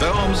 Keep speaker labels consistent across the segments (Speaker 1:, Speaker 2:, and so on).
Speaker 1: Bombs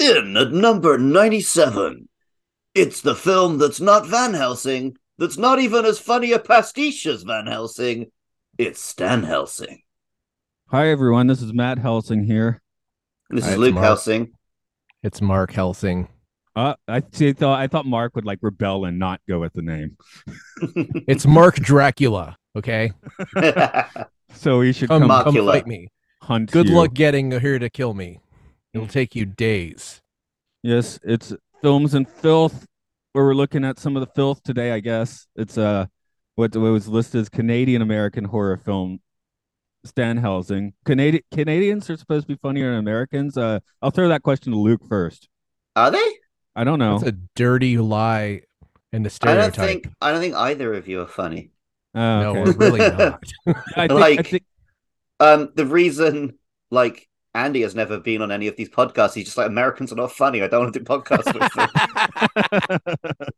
Speaker 2: In at number 97, it's the film that's not Van Helsing, that's not even as funny a pastiche as Van Helsing. It's Stan Helsing.
Speaker 3: Hi everyone, this is Matt Helsing here.
Speaker 2: This
Speaker 4: Hi,
Speaker 2: is
Speaker 4: it's
Speaker 2: Luke
Speaker 4: Mark.
Speaker 2: Helsing.
Speaker 4: It's Mark Helsing.
Speaker 3: Uh, I see, thought I thought Mark would like rebel and not go with the name,
Speaker 4: It's Mark Dracula. Okay,
Speaker 3: so he should
Speaker 4: come,
Speaker 3: come,
Speaker 2: Mark.
Speaker 4: come
Speaker 2: Dracula.
Speaker 4: fight me.
Speaker 3: hunt.
Speaker 4: Good
Speaker 3: you.
Speaker 4: luck getting here to kill me. It'll take you days.
Speaker 3: Yes, it's films and filth where we're looking at some of the filth today. I guess it's uh what, what was listed as Canadian American horror film. Stan Helsing. Canadian Canadians are supposed to be funnier than Americans. Uh, I'll throw that question to Luke first.
Speaker 2: Are they?
Speaker 3: I don't know.
Speaker 4: That's a dirty lie and
Speaker 2: I don't
Speaker 4: a stereotype.
Speaker 2: think I don't think either of you are funny.
Speaker 3: Uh,
Speaker 4: No,
Speaker 3: okay.
Speaker 4: we're really not.
Speaker 3: I think, I
Speaker 2: like-
Speaker 3: think
Speaker 2: Um, the reason like Andy has never been on any of these podcasts, he's just like Americans are not funny. I don't want to do podcasts with them.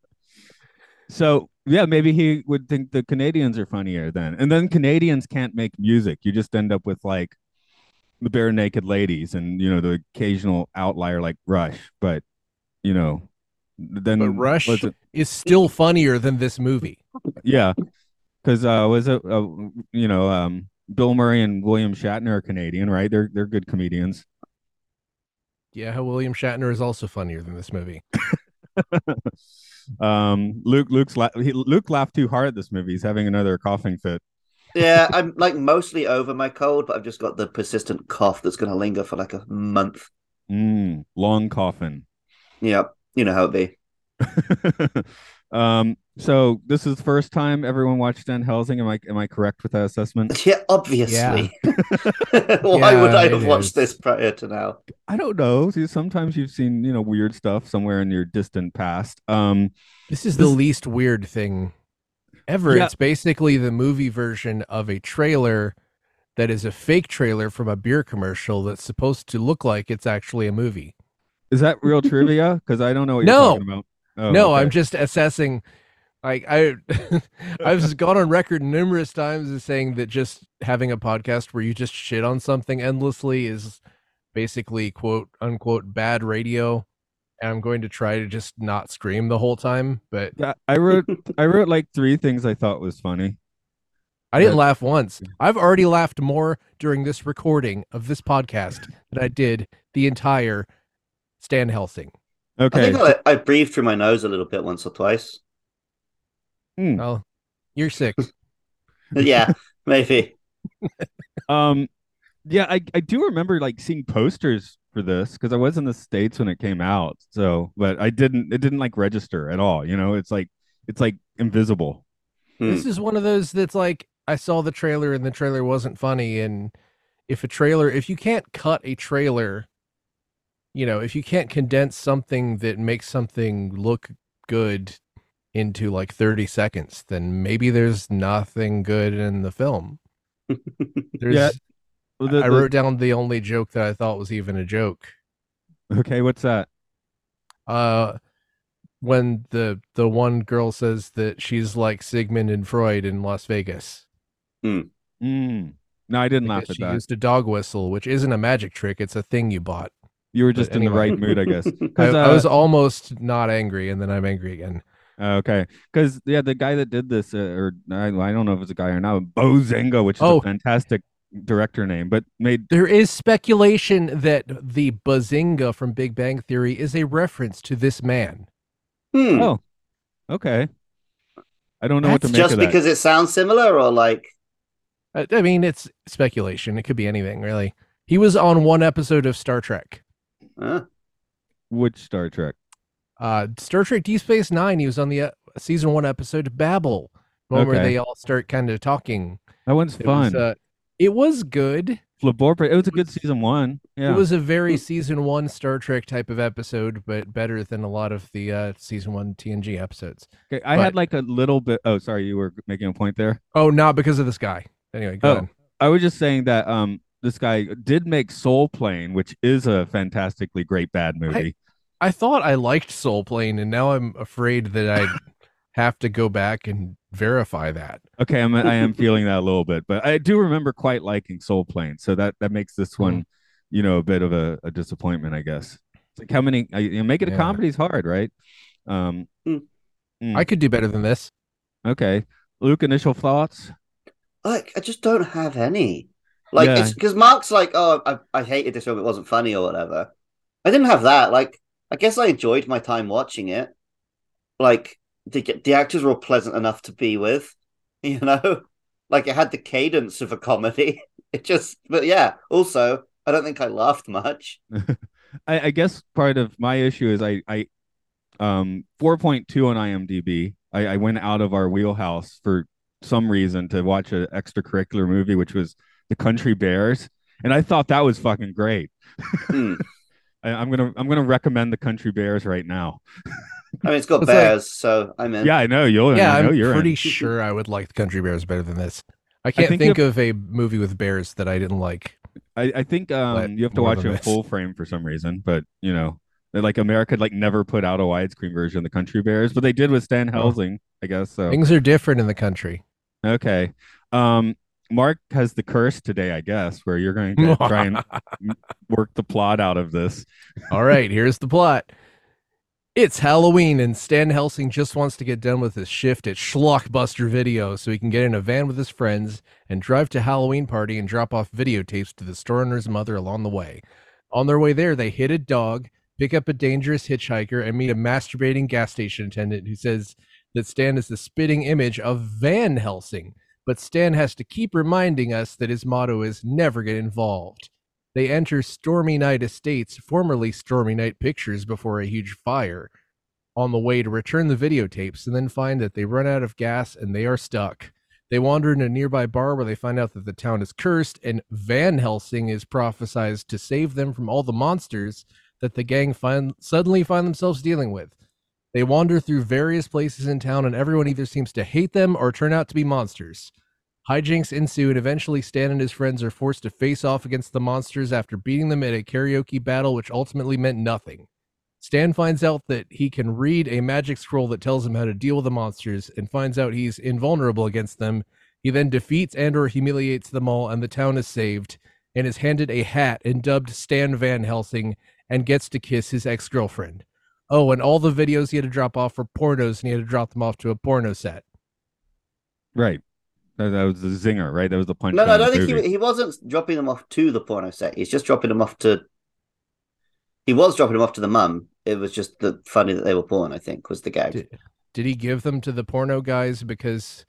Speaker 3: so yeah, maybe he would think the Canadians are funnier then. And then Canadians can't make music. You just end up with like the bare naked ladies and you know the occasional outlier like Rush, but you know then
Speaker 4: But Rush
Speaker 3: was it-
Speaker 4: is still funnier than this movie.
Speaker 3: yeah. Cuz uh was it uh, you know um Bill Murray and William Shatner are Canadian, right? They're they're good comedians.
Speaker 4: Yeah, how William Shatner is also funnier than this movie.
Speaker 3: Um Luke Luke's la- he, Luke laughed too hard at this movie. He's having another coughing fit.
Speaker 2: yeah, I'm like mostly over my cold, but I've just got the persistent cough that's gonna linger for like a month.
Speaker 3: Mm, long coffin.
Speaker 2: Yeah, you know how it be.
Speaker 3: um, so this is the first time everyone watched Stan Helsing. Am I am I correct with that assessment?
Speaker 2: Yeah, obviously. Why
Speaker 4: Yeah,
Speaker 2: would I
Speaker 4: it
Speaker 2: have watched
Speaker 4: is.
Speaker 2: this prior to now?
Speaker 3: I don't know. See, sometimes you've seen you know weird stuff somewhere in your distant past. Um,
Speaker 4: This is the
Speaker 3: This-
Speaker 4: least weird thing ever.
Speaker 3: Yeah.
Speaker 4: It's basically the movie version of a trailer that is a fake trailer from a beer commercial that's supposed to look like it's actually a movie.
Speaker 3: is that real trivia? Because I don't know what you're
Speaker 4: No.
Speaker 3: talking about. Oh,
Speaker 4: no,
Speaker 3: okay.
Speaker 4: I'm just assessing. Like I, I've just gone on record numerous times as saying that just having a podcast where you just shit on something endlessly is basically quote unquote bad radio. And I'm going to try to just not scream the whole time, but
Speaker 3: Yeah, I wrote I wrote like three things I thought was funny.
Speaker 4: I didn't
Speaker 3: Right.
Speaker 4: laugh once. I've already laughed more during this recording of this podcast than I did the entire Stan Helsing.
Speaker 2: I
Speaker 3: Okay,
Speaker 2: think I, I breathed through my nose a little bit once or twice.
Speaker 3: Hmm.
Speaker 4: Well, you're sick.
Speaker 2: Yeah, maybe.
Speaker 3: Um, yeah, I, I do remember like seeing posters for this because I was in the states when it came out. So, but I didn't. It didn't like register at all. You know, it's like it's like invisible.
Speaker 2: Hmm.
Speaker 4: This is one of those that's like I saw the trailer and the trailer wasn't funny and if a trailer if you can't cut a trailer you know, if you can't condense something that makes something look good into like 30 seconds, then maybe there's nothing good in the film. There's
Speaker 3: Well, the-
Speaker 4: I
Speaker 3: the-
Speaker 4: wrote down the only joke that I thought was even a joke.
Speaker 3: okay, what's that?
Speaker 4: Uh when the the one girl says that she's like Sigmund and Freud in Las Vegas.
Speaker 3: Mm. No, I didn't
Speaker 4: I
Speaker 3: laugh
Speaker 4: guess
Speaker 3: at
Speaker 4: she
Speaker 3: that.
Speaker 4: used a dog whistle, which isn't a magic trick. It's a thing you bought.
Speaker 3: You were just in the
Speaker 4: anyway.
Speaker 3: right mood, I guess.
Speaker 2: Hmm.
Speaker 4: I,
Speaker 3: 'Cause,
Speaker 4: I
Speaker 3: uh,
Speaker 4: was almost not angry, and then I'm angry again.
Speaker 3: uh, okay, because yeah, the guy that did this, uh, or I, I don't know if it's a guy or not, Bo Zenga, which is
Speaker 4: Oh.
Speaker 3: a fantastic director name, but made
Speaker 4: There is speculation that the bazinga from Big Bang Theory is a reference to this man.
Speaker 2: Hmm.
Speaker 3: Oh, okay. I don't know what to
Speaker 4: That's
Speaker 3: make
Speaker 2: Just
Speaker 3: of that.
Speaker 2: because it sounds similar, or like,
Speaker 4: I, I mean, it's speculation. It could be anything, really. He was on one episode of Star Trek.
Speaker 2: uh,
Speaker 3: Which Star Trek?
Speaker 4: Uh, Star Trek Deep Space Nine. He was on the uh, season one episode Babel, one where
Speaker 3: Okay.
Speaker 4: they all start kind of talking.
Speaker 3: That one's
Speaker 4: It
Speaker 3: fun.
Speaker 4: Was, uh, it was good.
Speaker 3: Flabor. It was a good season one. Yeah.
Speaker 4: It was a very season one Star Trek type of episode, but better than a lot of the uh, season one TNG episodes.
Speaker 3: Okay, I had like a little bit. Oh, sorry, you were making a point there.
Speaker 4: Oh, not because of this guy. Anyway, go
Speaker 3: Oh.
Speaker 4: on.
Speaker 3: I was just saying that um, this guy did make Soul Plane, which is a fantastically great bad movie.
Speaker 4: I thought I liked Soul Plane, and now I'm afraid that I have to go back and verify that.
Speaker 3: okay, I'm I am feeling that a little bit, but I do remember quite liking Soul Plane, so that that makes
Speaker 4: Hmm.
Speaker 3: this one, you know, a bit of a, a disappointment, I guess. It's like how many? I, you know, making
Speaker 4: Yeah.
Speaker 3: a comedy is hard, right? Um,
Speaker 4: I could do better than this.
Speaker 3: okay, Luke, initial thoughts.
Speaker 2: I, I just don't have any. Like,
Speaker 3: Yeah.
Speaker 2: it's because Mark's like, oh, I, I hated this film. It wasn't funny or whatever. I didn't have that. Like, I guess I enjoyed my time watching it. Like, the, the actors were all pleasant enough to be with, you know? Like, it had the cadence of a comedy. It just, but yeah, also, I don't think I laughed much.
Speaker 3: I, I guess part of my issue is I, I um 4.2 on IMDb. I, I went out of our wheelhouse for some reason to watch an extracurricular movie, which was The Country Bears, and I thought that was fucking great.
Speaker 2: Hmm.
Speaker 3: I, I'm gonna I'm gonna recommend The Country Bears right now.
Speaker 2: I mean, it's got
Speaker 4: It's like-
Speaker 2: bears, so I'm in.
Speaker 3: Yeah, I know you'll.
Speaker 4: yeah,
Speaker 3: I know
Speaker 4: I'm
Speaker 3: you're in.
Speaker 4: pretty sure I would like the Country Bears better than this. I can't
Speaker 3: think
Speaker 4: think, of a movie with bears that I didn't like.
Speaker 3: I, I think
Speaker 4: But
Speaker 3: um you have to
Speaker 4: more
Speaker 3: watch
Speaker 4: than
Speaker 3: it in
Speaker 4: this.
Speaker 3: full frame for some reason, but you know. they're Like America, like never put out a widescreen version of the Country Bears, but they did with
Speaker 4: Oh.
Speaker 3: Stan Helsing, I guess. So
Speaker 4: Things are different in the country.
Speaker 3: Okay. Um, Mark has the curse today, I guess, where you're going to try and work the plot out of this.
Speaker 4: All right, here's the plot. It's Halloween, and Stan Helsing just wants to get done with his shift at Schlockbuster Video so he can get in a van with his friends and drive to Halloween party and drop off videotapes to the store owner's mother along the way. On their way there, they hit a dog, pick up a dangerous hitchhiker, and meet a masturbating gas station attendant who says that Stan is the spitting image of Van Helsing. But Stan has to keep reminding us that his motto is never get involved. They enter Stormy Night Estates, formerly Stormy Night Pictures, before a huge fire on the way to return the videotapes and then find that they run out of gas and they are stuck. They wander into a nearby bar where they find out that the town is cursed and Van Helsing is prophesized to save them from all the monsters that the gang find, suddenly find themselves dealing with. They wander through various places in town and everyone either seems to hate them or turn out to be monsters. Hijinks ensue, and eventually Stan and his friends are forced to face off against the monsters after beating them at a karaoke battle, which ultimately meant nothing. Stan finds out that he can read a magic scroll that tells him how to deal with the monsters and finds out he's invulnerable against them. He then defeats and or humiliates them all and the town is saved and is handed a hat and dubbed Stan Van Helsing and gets to kiss his ex-girlfriend. Oh, and all the videos he had to drop off were pornos and he had to drop them off to a porno set.
Speaker 3: Right. That, that was the zinger, right? That was the punch.
Speaker 2: No, no, I don't think he, he wasn't dropping them off to the porno set. He's just dropping them off to. He was dropping them off to the mum. It was just the funny that they were porn. I think was the gag.
Speaker 4: Did, did he give them to the porno guys because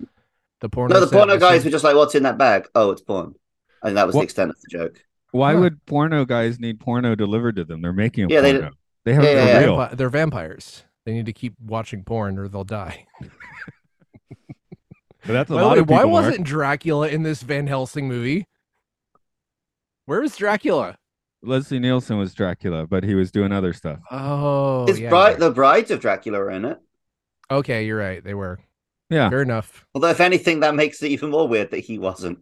Speaker 4: the porno?
Speaker 2: no, the
Speaker 4: set
Speaker 2: porno
Speaker 4: was
Speaker 2: guys
Speaker 4: in-
Speaker 2: were just like, "What's in that bag? Oh, it's porn." I think that was
Speaker 3: What-
Speaker 2: the extent of the joke.
Speaker 3: Why
Speaker 4: Huh.
Speaker 3: would porno guys need porno delivered to them? They're making a
Speaker 2: Yeah, they-
Speaker 3: porno. They, have
Speaker 2: Yeah,
Speaker 3: it
Speaker 2: yeah,
Speaker 3: for
Speaker 2: yeah.
Speaker 3: real.
Speaker 4: Vampi- they're vampires. They need to keep watching porn or they'll die.
Speaker 3: But that's a
Speaker 4: By the
Speaker 3: lot
Speaker 4: way,
Speaker 3: of people.
Speaker 4: why
Speaker 3: Mark.
Speaker 4: wasn't Dracula in this Van Helsing movie? Where is Dracula?
Speaker 3: Leslie Nielsen was Dracula, but he was doing other stuff.
Speaker 4: Oh,
Speaker 2: His
Speaker 4: yeah,
Speaker 2: bride,
Speaker 4: you're right.
Speaker 2: the brides of Dracula, are in it.
Speaker 4: Okay, you're right. They were.
Speaker 3: Yeah.
Speaker 4: Fair enough.
Speaker 2: Although, if anything, that makes it even more weird that he wasn't.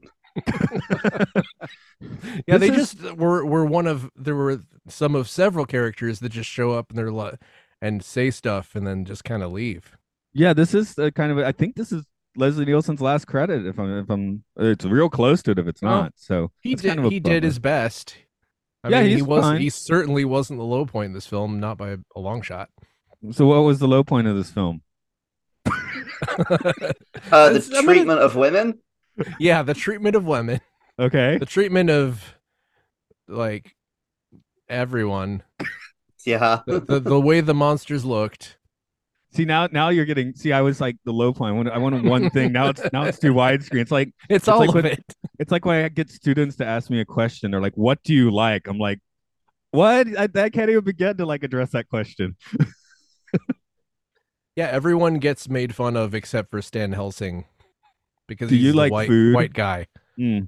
Speaker 4: Yeah,
Speaker 3: This
Speaker 4: they
Speaker 3: is-
Speaker 4: just were were one of there were some of several characters that just show up and they're li- and say stuff and then just kind of leave.
Speaker 3: Yeah, this is a kind of. I think this is Leslie Nielsen's last credit. If I'm, if I'm, it's real close to it. If it's
Speaker 4: Well,
Speaker 3: not, so
Speaker 4: He
Speaker 3: that's
Speaker 4: did
Speaker 3: Kind of a
Speaker 4: he
Speaker 3: bummer.
Speaker 4: did his best. I
Speaker 3: Yeah,
Speaker 4: mean, he
Speaker 3: he's
Speaker 4: was
Speaker 3: fine.
Speaker 4: he certainly wasn't the low point in this film, not by a long shot.
Speaker 3: So, what was the low point of this film?
Speaker 2: Uh, the
Speaker 4: That's- I'm gonna-
Speaker 2: treatment of women.
Speaker 4: yeah, the treatment of women,
Speaker 3: Okay.
Speaker 4: the treatment of like everyone,
Speaker 2: Yeah,
Speaker 4: the, the, the way the monsters looked.
Speaker 3: See now, now you're getting. See, I was like the low point. I wanted, I wanted one thing. Now it's now it's too widescreen. It's like
Speaker 4: It's, all
Speaker 3: like
Speaker 4: of
Speaker 3: when-
Speaker 4: it.
Speaker 3: it's like when I get students to ask me a question. They're like, "What do you like?" I'm like, "What?" I, I can't even begin to like address that question.
Speaker 4: Yeah, everyone gets made fun of except for Stan Helsing because
Speaker 3: Do
Speaker 4: he's
Speaker 3: you
Speaker 4: the
Speaker 3: like
Speaker 4: white
Speaker 3: food?
Speaker 4: white guy.
Speaker 3: Hmm.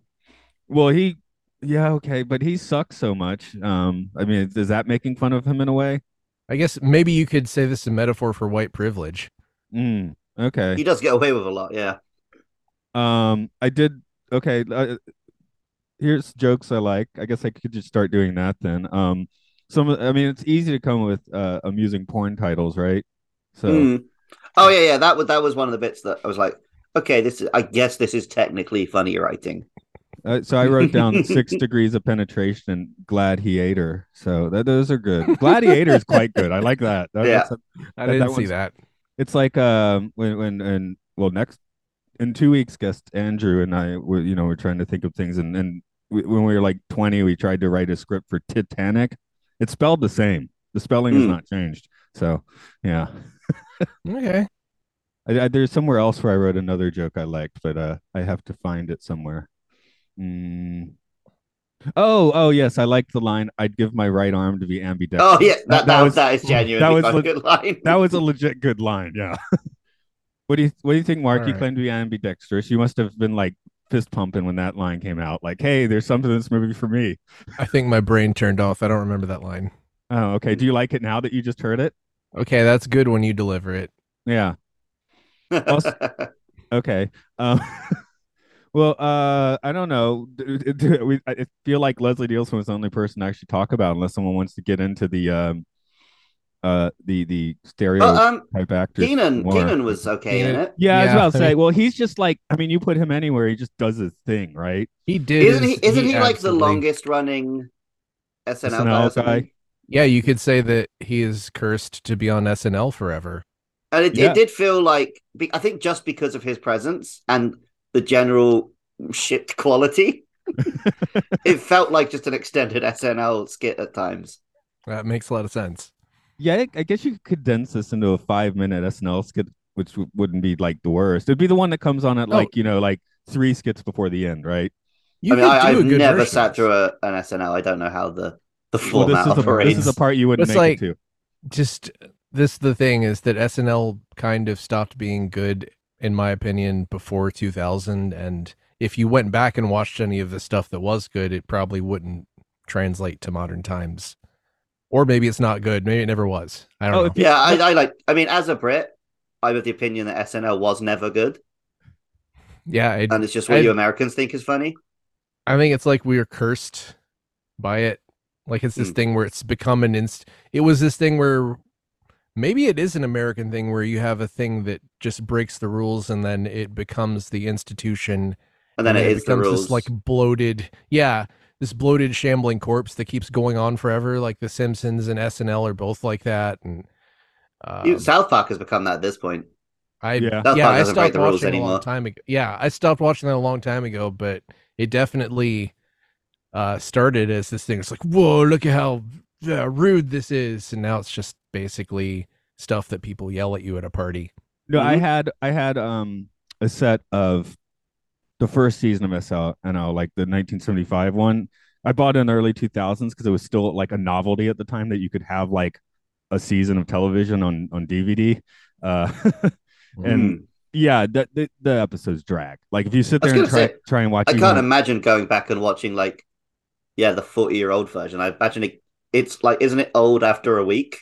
Speaker 3: Well, he Yeah, okay, but he sucks so much. Um, I mean, is that making fun of him in a way?
Speaker 4: I guess maybe you could say this is a metaphor for white privilege.
Speaker 3: Mm, okay.
Speaker 2: He does get away with a lot, yeah.
Speaker 3: Um, I did. Okay, uh, here's jokes I like. I guess I could just start doing that then. Um, some. I mean, it's easy to come with uh, amusing porn titles, right? So
Speaker 2: Mm. Oh yeah, yeah. That was that was one of the bits that I was like, okay, this is. I guess this is technically funny writing.
Speaker 3: Uh, so I wrote down six degrees of penetration and gladiator. So that, those are good. Gladiator is quite good. I like that. That-
Speaker 2: Yeah.
Speaker 3: that's-
Speaker 4: I
Speaker 3: That-
Speaker 4: didn't
Speaker 3: that
Speaker 4: see
Speaker 3: one's-
Speaker 4: that.
Speaker 3: it's like um when when and well next in two weeks guest Andrew and I were you know we're trying to think of things and and we, when we were like twenty we tried to write a script for Titanic. It's spelled the same. The spelling is
Speaker 2: Hmm.
Speaker 3: not changed. So yeah.
Speaker 4: Okay.
Speaker 3: I, I, there's somewhere else where I wrote another joke I liked, but uh, I have to find it somewhere. Mm. Oh, oh yes, I liked the line. I'd give my right arm to be ambidextrous.
Speaker 2: Oh yeah, that that,
Speaker 3: was
Speaker 2: that is genuinely
Speaker 3: that was
Speaker 2: quite a
Speaker 3: le-
Speaker 2: good line.
Speaker 3: that was a legit good line. Yeah. what do you What do you think, Mark?
Speaker 4: All
Speaker 3: You
Speaker 4: right.
Speaker 3: claim to be ambidextrous. You must have been like fist pumping when that line came out. Like, hey, there's something in this movie for me.
Speaker 4: I think my brain turned off. I don't remember that line.
Speaker 3: Oh, okay. Do you like it now that you just heard it?
Speaker 4: Okay, that's good when you deliver it.
Speaker 3: Yeah. Okay. Um, well, uh, I don't know. D- d- d- We, I I feel like Leslie Nielsen was the only person to actually talk about, unless someone wants to get into the um, uh, the the
Speaker 2: but
Speaker 3: stereotype
Speaker 2: um,
Speaker 3: actors.
Speaker 2: Keenan
Speaker 3: more.
Speaker 2: Keenan was okay in
Speaker 4: Keenan-
Speaker 2: it.
Speaker 3: Yeah, I was
Speaker 4: Yeah,
Speaker 3: about to
Speaker 4: I
Speaker 3: say.
Speaker 4: mean-
Speaker 3: Well, he's just like. I mean, you put him anywhere, he just does his thing, right?
Speaker 4: He did.
Speaker 2: Isn't he?
Speaker 4: his-
Speaker 2: Isn't he, like the
Speaker 4: absolutely-
Speaker 2: longest running SNL,
Speaker 3: SNL
Speaker 2: guy? Or something?
Speaker 3: guy.
Speaker 4: Yeah, you could say that he is cursed to be on SNL forever.
Speaker 2: And it,
Speaker 3: Yeah.
Speaker 2: it did feel like be- I think just because of his presence and the general shit quality, it felt like just an extended SNL skit at times.
Speaker 4: That makes a lot of sense.
Speaker 3: Yeah, I, I guess you could condense this into a five-minute SNL skit, which w- wouldn't be like the worst. It'd be the one that comes on at
Speaker 4: No.
Speaker 3: like you know, like three skits before the end, right?
Speaker 4: You
Speaker 2: I mean,
Speaker 4: could
Speaker 2: I,
Speaker 4: do a
Speaker 2: I've
Speaker 4: good
Speaker 2: never
Speaker 4: version
Speaker 2: sat
Speaker 4: of
Speaker 2: through
Speaker 4: this.
Speaker 2: a, an SNL. I don't know how the the
Speaker 3: Well,
Speaker 2: format
Speaker 3: this is the
Speaker 2: operates.
Speaker 3: this is the part you wouldn't
Speaker 4: It's
Speaker 3: make
Speaker 4: like-
Speaker 3: it to.
Speaker 4: Just this the thing is that SNL kind of stopped being good in my opinion before 2000 and if you went back and watched any of the stuff that was good, it probably wouldn't translate to modern times. Or maybe it's not good. Maybe it never was. I don't
Speaker 3: Oh,
Speaker 4: know.
Speaker 3: if you-
Speaker 2: yeah, I, I like. I mean, as a Brit, I'm of the opinion that SNL was never good,
Speaker 4: yeah, it,
Speaker 2: and it's just what
Speaker 4: I-
Speaker 2: you Americans think is funny.
Speaker 4: I think it's like we are cursed by it. Like it's this
Speaker 2: Hmm.
Speaker 4: thing where it's become an inst. It was this thing where maybe it is an American thing where you have a thing that just breaks the rules and then it becomes the institution.
Speaker 2: And then
Speaker 4: and
Speaker 2: it is the
Speaker 4: becomes
Speaker 2: rules.
Speaker 4: This like bloated, yeah, this bloated, shambling corpse that keeps going on forever. Like The Simpsons and SNL are both like that. And uh,
Speaker 2: You- South Park has become that at this point.
Speaker 4: I
Speaker 3: Yeah.
Speaker 2: South
Speaker 4: yeah,
Speaker 2: Park
Speaker 4: I
Speaker 2: doesn't break
Speaker 4: stopped
Speaker 2: the rules
Speaker 4: watching it a
Speaker 2: anymore.
Speaker 4: long time ago. Yeah, I stopped watching that a long time ago, but it definitely uh started as this thing. It's like, whoa, look at how uh, rude this is, and now it's just basically stuff that people yell at you at a party.
Speaker 3: No, I
Speaker 4: mm-hmm.
Speaker 2: Mhm.
Speaker 3: had I had um a set of the first season of SL and uh, like the 1975 one. I bought it in the early 2000s because it was still like a novelty at the time that you could have like a season of television on on DVD. Uh,
Speaker 2: Mm. Hmm.
Speaker 3: and yeah, the, the the episodes drag. Like if you sit
Speaker 2: I was
Speaker 3: there and
Speaker 2: gonna
Speaker 3: try
Speaker 2: say,
Speaker 3: try and watch,
Speaker 2: I
Speaker 3: even
Speaker 2: can't
Speaker 3: the-
Speaker 2: imagine going back and watching like, yeah, the forty-year-old version. I imagine it, it's like, isn't it old after a week?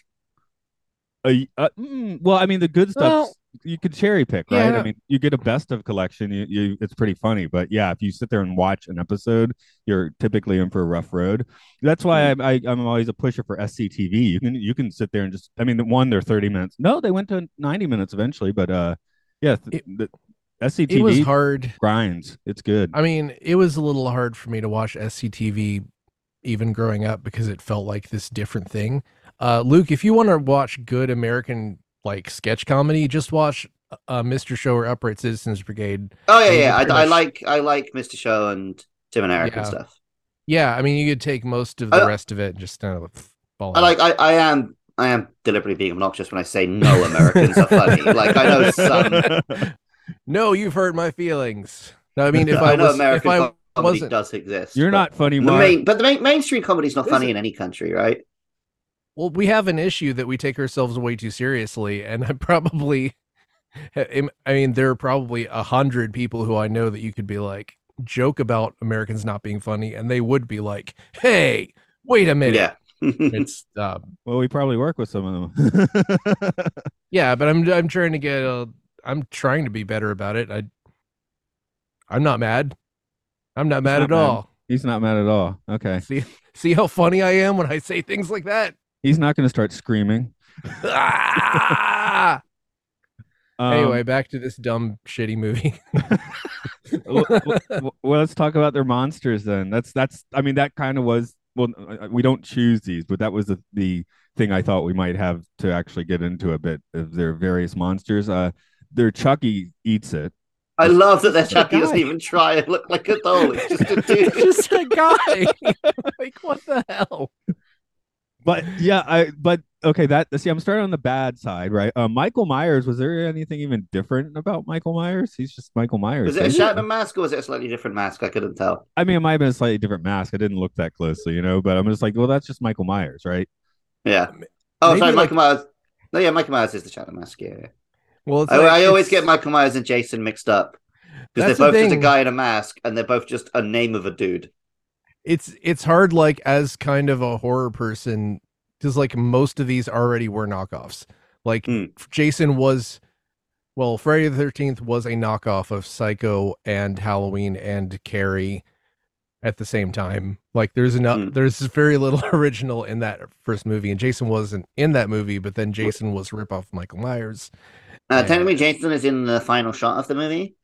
Speaker 3: A, uh, mm, well, I mean, the good stuff
Speaker 4: Well,
Speaker 3: you could cherry pick, right? I
Speaker 4: yeah.
Speaker 3: mean, you get a best of collection. You, you, it's pretty funny, but yeah, if you sit there and watch an episode, you're typically in for a rough road. That's why
Speaker 2: Mm-hmm.
Speaker 3: I, I, I'm always a pusher for SCTV. You can you can sit there and just, I mean, one they're 30 minutes. No, they went to 90 minutes eventually, but uh, yeah, th- the
Speaker 4: It was
Speaker 3: SCTV
Speaker 4: hard.
Speaker 3: grinds. It's good.
Speaker 4: I mean, it was a little hard for me to watch SCTV even growing up because it felt like this different thing. Uh, Luke, if you want to watch good American like sketch comedy, just watch uh, Mr. Show or Upright Citizens Brigade.
Speaker 2: Oh
Speaker 4: Yeah,
Speaker 2: yeah,
Speaker 4: you
Speaker 2: yeah.
Speaker 4: pretty
Speaker 2: I, I
Speaker 4: much-
Speaker 2: like I like Mr. Show and Tim and Eric
Speaker 4: Yeah.
Speaker 2: and stuff.
Speaker 4: Yeah, I mean, you could take most of the
Speaker 2: I-
Speaker 4: rest of it and just kind of fall.
Speaker 2: I like I, I am I am deliberately being obnoxious when I say no Americans are funny. Like I know some.
Speaker 4: No, you've hurt my feelings. No, I mean, if
Speaker 2: I,
Speaker 4: I,
Speaker 2: know
Speaker 4: was, if
Speaker 2: American
Speaker 4: I
Speaker 2: comedy
Speaker 4: wasn't,
Speaker 2: does exist.
Speaker 3: You're
Speaker 2: but
Speaker 3: not funny,
Speaker 2: the
Speaker 3: Mark.
Speaker 2: main, but the main, mainstream comedy is not funny
Speaker 4: Listen.
Speaker 2: in any country, right?
Speaker 4: well, we have an issue that we take ourselves way too seriously, and I probably, I mean, there are probably a hundred people who I know that you could be like, joke about Americans not being funny, and they would be like, "Hey, wait a minute."
Speaker 2: yeah.
Speaker 4: It's um,
Speaker 3: Well, we probably work with some of them.
Speaker 4: yeah, but I'm I'm trying to get a, I'm trying to be better about it. I I'm not mad. I'm not mad
Speaker 3: not
Speaker 4: at
Speaker 3: mad.
Speaker 4: all.
Speaker 3: He's not mad at all. Okay.
Speaker 4: See see how funny I am when I say things like that.
Speaker 3: He's not going to start screaming.
Speaker 4: Ah!
Speaker 3: Um,
Speaker 4: anyway, back to this dumb shitty movie.
Speaker 3: well, well, well, let's talk about their monsters then. That's that's. I mean, that kind of was. Well, uh, we don't choose these, but that was the, the thing I thought we might have to actually get into a bit of their various monsters. Uh, their Chucky eats it.
Speaker 2: I love that their
Speaker 3: It's a
Speaker 2: chappy doesn't
Speaker 3: guy.
Speaker 2: even try and look like a doll. It's just a dude.
Speaker 4: just a guy. like what the hell?
Speaker 3: But yeah, I. But okay, that. See, I'm starting on the bad side, right? Uh, Michael Myers. Was there anything even different about Michael Myers? He's just Michael Myers.
Speaker 2: was it a
Speaker 3: isn't he?
Speaker 2: Shatner mask or was it a slightly different mask? I couldn't tell.
Speaker 3: I mean, it might have been a slightly different mask. I didn't look that closely, you know. But I'm just like, well, that's just Michael Myers, right?
Speaker 2: Yeah. Oh, sorry,
Speaker 4: Maybe like-
Speaker 2: Michael Myers. No, yeah, Michael Myers is the Shatner mask. Yeah, yeah.
Speaker 4: Well, it's
Speaker 2: I,
Speaker 4: like-
Speaker 2: I always
Speaker 4: it's-
Speaker 2: get Michael Myers and Jason mixed up because
Speaker 4: That's
Speaker 2: they're
Speaker 4: the
Speaker 2: both just a
Speaker 4: thing.
Speaker 2: guy in a mask and they're both just a name of a dude.
Speaker 4: It's it's hard, like as kind of a horror person, because like most of these already were knockoffs. Like
Speaker 2: Mm.
Speaker 4: Jason was, well, Friday the Thirteenth was a knockoff of Psycho and Halloween and Carrie at the same time. Like there's enough,
Speaker 2: Mm.
Speaker 4: there's very little original in that first movie, and Jason wasn't in that movie, but then Jason was rip off Michael Myers.
Speaker 2: Uh,
Speaker 4: Yeah.
Speaker 2: Technically, Jason is in the final shot of the movie.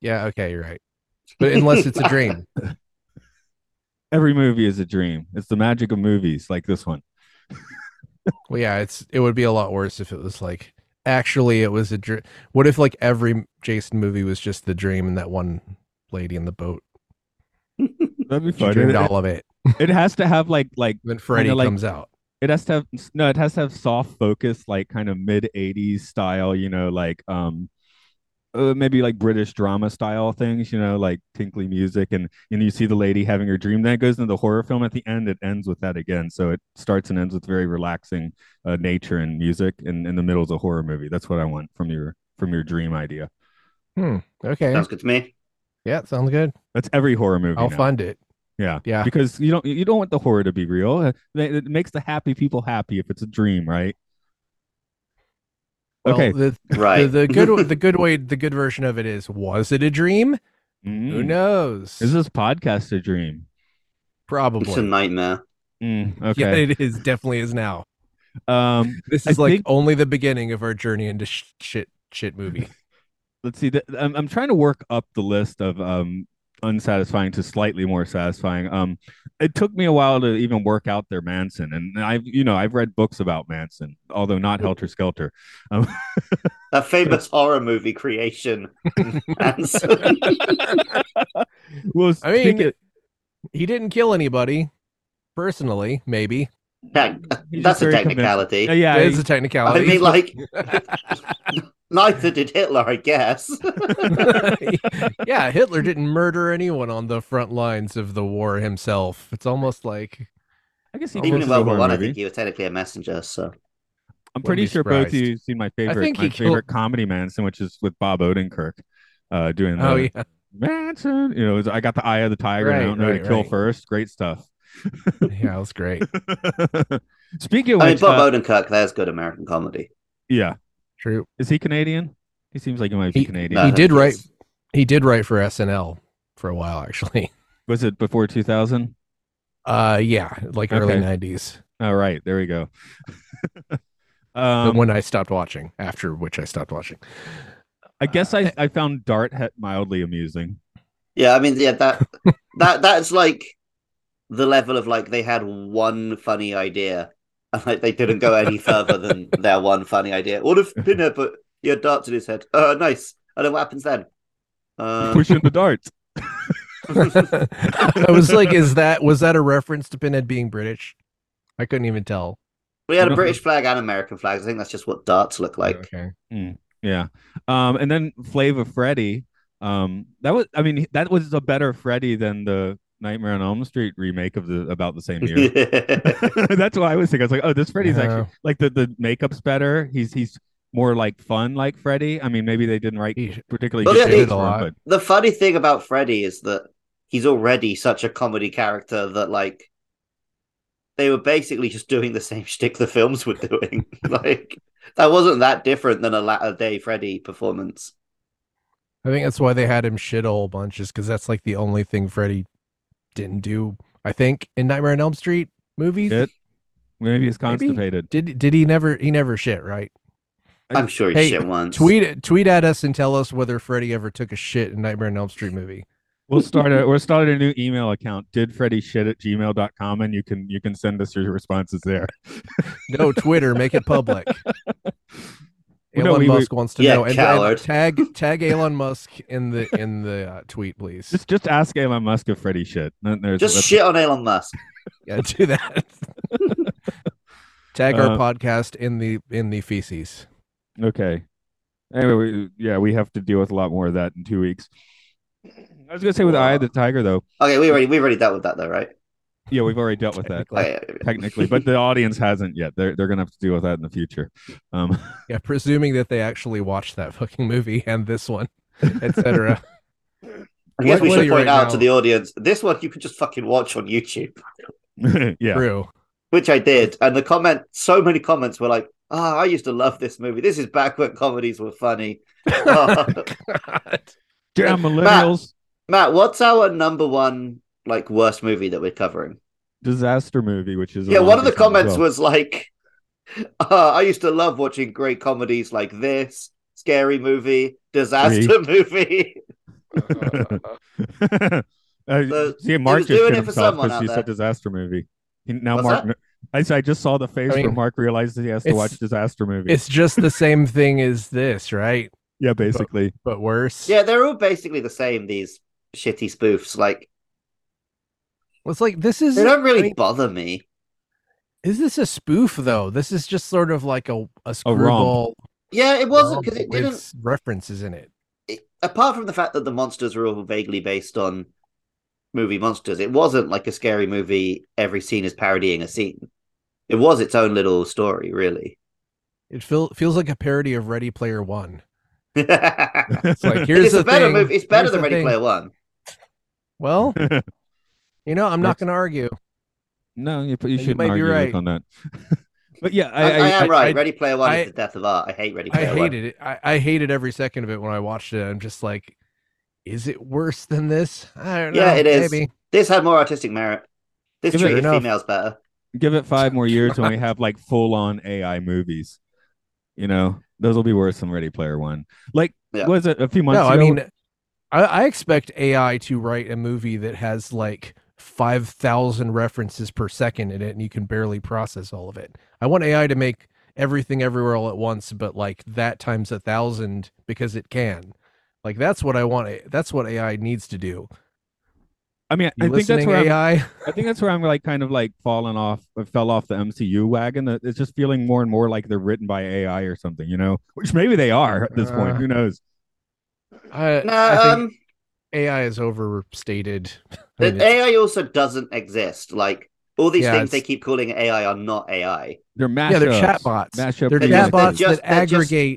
Speaker 4: Yeah, okay, you're right. But unless it's a dream,
Speaker 3: Every movie is a dream. It's the magic of movies, like this one.
Speaker 4: Well, yeah, it's it would be a lot worse if it was like actually it was a dream. What if like every Jason movie was just the dream and that one lady in the boat
Speaker 3: That'd be
Speaker 4: she
Speaker 3: fun.
Speaker 4: dreamed
Speaker 3: It,
Speaker 4: all of it.
Speaker 3: it has to have like like
Speaker 4: Then Freddy
Speaker 3: like-
Speaker 4: comes out.
Speaker 3: it has to have no, it has to have soft focus, like kind of mid '80s style, you know, like um, uh, maybe like British drama style things, you know, like tinkly music, and and you see the lady having her dream. Then it goes into the horror film at the end. It ends with that again, so it starts and ends with very relaxing uh, nature and music, and in the middle is a horror movie. That's what I want from your from your dream idea.
Speaker 4: Okay,
Speaker 2: Sounds good to me.
Speaker 4: yeah, sounds good.
Speaker 3: That's every horror movie.
Speaker 4: I'll
Speaker 3: now.
Speaker 4: find it.
Speaker 3: Yeah.
Speaker 4: Yeah.
Speaker 3: because you don't you don't want the horror to be real. Uh, It it makes the happy people happy if it's a dream, right?
Speaker 4: Well,
Speaker 3: okay.
Speaker 4: The,
Speaker 2: Right.
Speaker 4: the the good the good way the good version of it is was it a dream? Who
Speaker 3: Mm.
Speaker 4: knows?
Speaker 3: Is this podcast a dream?
Speaker 2: it's a
Speaker 4: probably?
Speaker 2: nightmare.
Speaker 3: Mm,
Speaker 4: Yeah,
Speaker 3: okay.
Speaker 4: it is definitely is now.
Speaker 3: Um,
Speaker 4: This
Speaker 3: I
Speaker 4: is like
Speaker 3: think-
Speaker 4: only the beginning of our journey into sh- shit shit movie.
Speaker 3: let's see. th- I'm, I'm trying to work up the list of um unsatisfying to slightly more satisfying. Um, it took me a while to even work out their Manson, and I've you know I've read books about Manson, although not Helter Skelter.
Speaker 2: A famous horror movie creation. And so-
Speaker 3: Well,
Speaker 4: I mean,
Speaker 3: speaking-
Speaker 4: he didn't kill anybody personally, maybe.
Speaker 2: that,
Speaker 3: he's
Speaker 2: that's
Speaker 3: just
Speaker 2: a
Speaker 3: very convincing.
Speaker 2: technicality.
Speaker 3: Uh, yeah,
Speaker 4: it's a
Speaker 2: I
Speaker 4: technicality.
Speaker 2: mean, like, neither did Hitler, I guess.
Speaker 4: yeah, Hitler didn't murder anyone on the front lines of the war himself. It's almost like
Speaker 3: I guess he
Speaker 4: Even
Speaker 3: thinks
Speaker 2: Even
Speaker 3: it's
Speaker 2: in
Speaker 3: a
Speaker 2: World War
Speaker 3: horror
Speaker 2: One, I
Speaker 3: movie.
Speaker 2: think he was technically a messenger. So
Speaker 3: I'm
Speaker 4: Wouldn't
Speaker 3: pretty
Speaker 4: be
Speaker 3: sure both of
Speaker 4: surprised.
Speaker 3: you seen my favorite,
Speaker 4: think
Speaker 3: my
Speaker 4: he killed-
Speaker 3: favorite comedy Manson, which is with Bob Odenkirk, uh, doing the
Speaker 4: oh yeah,
Speaker 3: Manson. You know, it's- I got the eye of the tiger. and I
Speaker 4: Right,
Speaker 3: don't know who
Speaker 4: right,
Speaker 3: to kill
Speaker 4: right.
Speaker 3: first. Great stuff.
Speaker 4: yeah, that's great.
Speaker 3: Speaking of
Speaker 2: I mean,
Speaker 3: which,
Speaker 2: Bob
Speaker 3: uh,
Speaker 2: Odenkirk, there's good American comedy.
Speaker 3: yeah,
Speaker 4: True.
Speaker 3: is he Canadian? He seems like he might be
Speaker 4: He-
Speaker 3: Canadian.
Speaker 2: No, I don't
Speaker 4: did
Speaker 2: think
Speaker 4: write-
Speaker 2: it's-
Speaker 4: He did write for SNL for a while, actually.
Speaker 3: Was it before 2000?
Speaker 4: Uh, yeah, like early
Speaker 3: Okay.
Speaker 4: '90s.
Speaker 3: All right, there we go.
Speaker 4: but
Speaker 3: um,
Speaker 4: when I stopped watching, after which I stopped watching.
Speaker 3: I guess I, I found Dart Het mildly amusing.
Speaker 2: Yeah, I mean, yeah, that that that's like the level of like they had one funny idea and like they didn't go any further than their one funny idea. What if Pinhead put your darts in his head? Uh, nice. And then what happens then? Um,
Speaker 3: Pushing the darts.
Speaker 4: I was like, is that was that a reference to Pinhead being British? I couldn't even tell.
Speaker 2: we had
Speaker 3: I
Speaker 2: a
Speaker 3: don't-
Speaker 2: British flag and American flags. I think that's just what darts look like.
Speaker 4: okay.
Speaker 3: Yeah. Um, and then Flavor Freddy. Um, that was I mean that was a better Freddy than the Nightmare on Elm Street remake of the about the same year. That's what I was thinking. I was like, oh, this Freddy's
Speaker 4: Yeah.
Speaker 3: actually like the, the makeup's better. He's he's more like fun, like Freddy. I mean, maybe they didn't write
Speaker 4: He sh-
Speaker 3: particularly
Speaker 2: Well,
Speaker 3: good
Speaker 2: Oh, yeah, they-
Speaker 3: things for him, but
Speaker 2: The funny thing about Freddy is that he's already such a comedy character that like they were basically just doing the same shtick the films were doing. like that wasn't that different than a latter day Freddy performance.
Speaker 4: I think that's why they had him shit a whole bunch, is because that's like the only thing Freddy didn't do. I think in Nightmare on Elm Street movies,
Speaker 3: Did? maybe he's constipated.
Speaker 4: did did he never he never shit right?
Speaker 2: I'm sure he
Speaker 4: Hey,
Speaker 2: shit once.
Speaker 4: Tweet tweet at us and tell us whether Freddy ever took a shit in Nightmare on Elm Street movie.
Speaker 3: We'll start a we'll start a new email account, did Freddy shit at gmail.com and you can you can send us your responses there.
Speaker 4: No, Twitter, make it public.
Speaker 3: No,
Speaker 4: Elon
Speaker 3: we- we-
Speaker 4: Musk wants to
Speaker 2: Yeah,
Speaker 4: know. And, and
Speaker 2: coward.
Speaker 4: tag tag Elon Musk in the in the uh, tweet, please.
Speaker 3: Just just ask Elon Musk if Freddy shit. Then there's-
Speaker 2: Just
Speaker 3: that's-
Speaker 2: shit on Elon Musk.
Speaker 4: Yeah, do that. tag our
Speaker 3: Uh,
Speaker 4: podcast in the in the feces.
Speaker 3: Okay. Anyway, we, yeah, we have to deal with a lot more of that in two weeks. I was gonna say with Eye of the Tiger though.
Speaker 2: Okay, we already we already dealt with that though, right?
Speaker 3: Yeah, we've already dealt with that
Speaker 4: Technically.
Speaker 2: Okay, yeah, yeah, yeah.
Speaker 3: technically, but the audience hasn't yet. They're they're gonna have to deal with that in the future. Um,
Speaker 4: Yeah, presuming that they actually watched that fucking movie and this one, etc.
Speaker 2: I guess we
Speaker 4: Luckily
Speaker 2: should point
Speaker 4: right
Speaker 2: out to
Speaker 4: now-
Speaker 2: the audience this one you can just fucking watch on YouTube,
Speaker 3: yeah,
Speaker 4: True.
Speaker 2: which I did. And the comment, so many comments were like, "Ah, I used to love this movie. This is back when comedies were funny." Oh.
Speaker 4: God.
Speaker 3: damn
Speaker 2: Matt.
Speaker 3: millennials,
Speaker 2: Matt, what's our number one like worst movie that we're covering?
Speaker 3: disaster movie, which is a
Speaker 2: yeah, one of the
Speaker 3: longest one as
Speaker 2: comments
Speaker 3: well.
Speaker 2: was like, uh, "I used to love watching great comedies like this, scary movie, disaster movie."
Speaker 3: Uh,
Speaker 2: So,
Speaker 3: see, Mark
Speaker 2: was
Speaker 3: just
Speaker 2: doing
Speaker 3: shit
Speaker 2: it for
Speaker 3: himself
Speaker 2: someone
Speaker 3: because
Speaker 2: out
Speaker 3: he
Speaker 2: there.
Speaker 3: said disaster movie. He, now
Speaker 2: What's
Speaker 3: Mark, I, s- I just saw the face
Speaker 4: I
Speaker 3: where
Speaker 4: mean,
Speaker 3: Mark realizes he has to
Speaker 4: it's-
Speaker 3: watch disaster movie.
Speaker 4: It's just the same thing as this, right?
Speaker 3: Yeah, basically.
Speaker 4: But worse.
Speaker 2: yeah, they're all basically the same. These shitty spoofs, like
Speaker 4: Well, It's like this is
Speaker 2: they don't really
Speaker 4: I mean,
Speaker 2: bother me.
Speaker 4: is this a spoof though? This is just sort of like a a
Speaker 3: romp.
Speaker 4: screwball
Speaker 2: Yeah, it wasn't because
Speaker 4: romp
Speaker 2: it didn't.
Speaker 4: with references in it.
Speaker 2: it- apart from the fact that the monsters were all vaguely based on movie monsters, it wasn't like a scary movie. Every scene is parodying a scene. It was its own little story, really.
Speaker 4: It feel, feels like a parody of Ready Player One.
Speaker 2: it's
Speaker 4: It's like here's
Speaker 2: a
Speaker 4: the
Speaker 2: better
Speaker 4: thing,
Speaker 2: movie. It's better
Speaker 4: here's
Speaker 2: than
Speaker 4: the
Speaker 2: Ready
Speaker 4: thing.
Speaker 2: Player One.
Speaker 4: Well, you know, I'm
Speaker 3: That's-
Speaker 4: not going to argue.
Speaker 3: no, you, you
Speaker 4: You
Speaker 3: shouldn't
Speaker 4: might be
Speaker 3: argue with
Speaker 4: right.
Speaker 3: on that. but yeah,
Speaker 2: I,
Speaker 3: I,
Speaker 2: I am right.
Speaker 4: I-
Speaker 2: Ready Player One
Speaker 4: I-
Speaker 2: is the death of art. I hate Ready
Speaker 4: I
Speaker 2: Player One.
Speaker 4: hated it. I, I hated every second of it when I watched it. I'm just like, is it worse than this? I don't know.
Speaker 2: Yeah, it is.
Speaker 4: Maybe.
Speaker 2: This had more artistic merit. This
Speaker 3: Give it
Speaker 2: treated
Speaker 4: enough.
Speaker 2: females better.
Speaker 3: give it five more years and we have like full on AI movies. You know, those will be worse than Ready Player One. Like,
Speaker 2: Yeah.
Speaker 3: was it a few months
Speaker 4: No,
Speaker 3: ago?
Speaker 4: I mean, I, I expect AI to write a movie that has like 5,000 references per second in it and you can barely process all of it. I want AI to make everything everywhere all at once, but like that times a thousand because it can. Like that's what I want. That's what AI needs to do.
Speaker 3: I mean,
Speaker 4: You
Speaker 3: I think that's
Speaker 4: listening,
Speaker 3: where I'm-
Speaker 4: AI?
Speaker 3: I think that's where I'm like kind of like falling off. I fell off the MCU wagon. Uh, It's just feeling more and more like they're written by AI or something, you know. Which maybe they are at this point.
Speaker 4: Uh,
Speaker 3: Who knows?
Speaker 4: I,
Speaker 2: No,
Speaker 4: I think
Speaker 2: um,
Speaker 4: AI is overstated. I
Speaker 2: the
Speaker 4: mean, it's-
Speaker 2: AI also doesn't exist. Like all these
Speaker 4: Yeah,
Speaker 2: things they
Speaker 4: it's-
Speaker 2: keep calling AI are not AI.
Speaker 3: They're mashups.
Speaker 4: yeah, they're chatbots.
Speaker 3: Mashup
Speaker 4: They're
Speaker 3: remakes.
Speaker 4: chatbots
Speaker 2: They're just-
Speaker 4: that
Speaker 2: they're just-
Speaker 4: aggregate
Speaker 2: Yeah,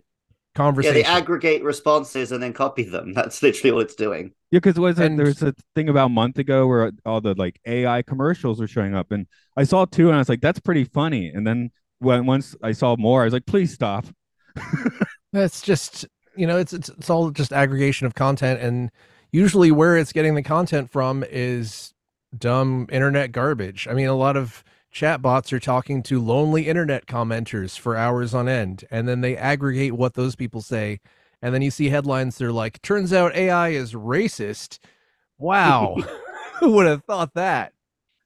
Speaker 2: they
Speaker 4: conversations.
Speaker 2: aggregate responses and then copy them. That's literally all it's doing.
Speaker 3: Yeah, because was it,
Speaker 4: And-
Speaker 3: there was a thing about a month ago where uh, all the like AI commercials were showing up, and I saw two, and I was like, "That's pretty funny." And then when once I saw more, I was like, "Please stop."
Speaker 4: That's just you know, it's, it's it's all just aggregation of content, and usually where it's getting the content from is dumb internet garbage. I mean, a lot of chatbots are talking to lonely internet commenters for hours on end, and then they aggregate what those people say, and then you see headlines that are like, "Turns out AI is racist." Wow, who would have thought that?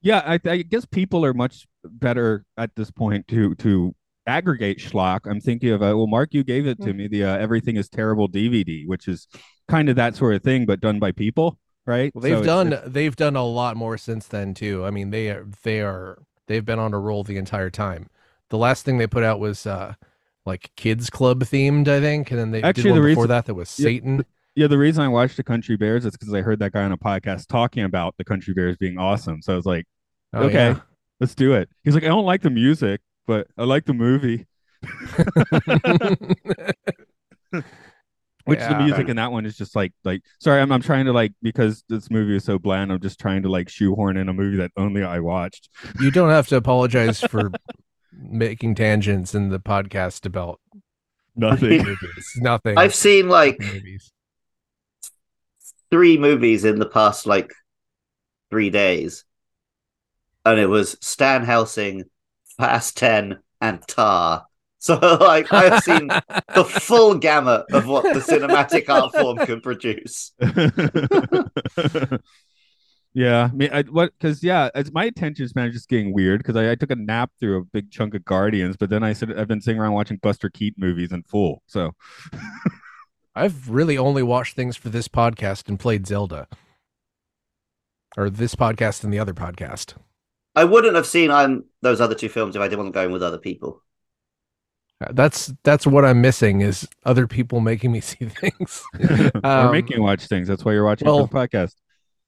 Speaker 3: Yeah, I, I guess people are much better at this point to to aggregate schlock. I'm thinking of uh, well, Mark, you gave it to me the uh, "Everything Is Terrible" DVD, which is kind of that sort of thing, but done by people, right?
Speaker 4: Well, they've
Speaker 3: So it's-
Speaker 4: done
Speaker 3: it's-
Speaker 4: they've done a lot more since then too. I mean, they are they are they've been on a roll the entire time. The last thing they put out was uh like kids club themed, I think, and then they
Speaker 3: Actually,
Speaker 4: did one
Speaker 3: the
Speaker 4: before
Speaker 3: reason-
Speaker 4: that that was
Speaker 3: yeah,
Speaker 4: Satan.
Speaker 3: yeah. The reason I watched the Country Bears is because I heard that guy on a podcast talking about the Country Bears being awesome. So I was like.
Speaker 4: Oh,
Speaker 3: okay.
Speaker 4: yeah.
Speaker 3: Let's do it. He's like, I don't like the music, but I like the movie. Which
Speaker 4: Yeah.
Speaker 3: the music in that one is just like like sorry, I'm I'm trying to like because this movie is so bland, I'm just trying to like shoehorn in a movie that only I watched.
Speaker 4: You don't have to apologize for making tangents in the podcast about
Speaker 3: Nothing.
Speaker 4: movies. Nothing.
Speaker 2: I've seen like
Speaker 4: movies.
Speaker 2: three movies in the past like three days, and it was Stan Helsing, Fast Ten, and Tar. So like I've seen the full gamut of what the cinematic art form can produce.
Speaker 3: yeah, I mean, I, what? Because yeah, it's my attention span is just getting weird because I, I took a nap through a big chunk of Guardians, but then I said I've been sitting around watching Buster Keaton movies in full. So
Speaker 4: I've really only watched things for this podcast and played Zelda. Or this podcast and the other podcast.
Speaker 2: I wouldn't have seen um, those other two films if I didn't wasn't going with other people.
Speaker 4: Uh, That's that's what I'm missing is other people making me see things.
Speaker 3: we're
Speaker 4: Um,
Speaker 3: making you watch things. That's why you're watching
Speaker 4: well,
Speaker 3: the podcast.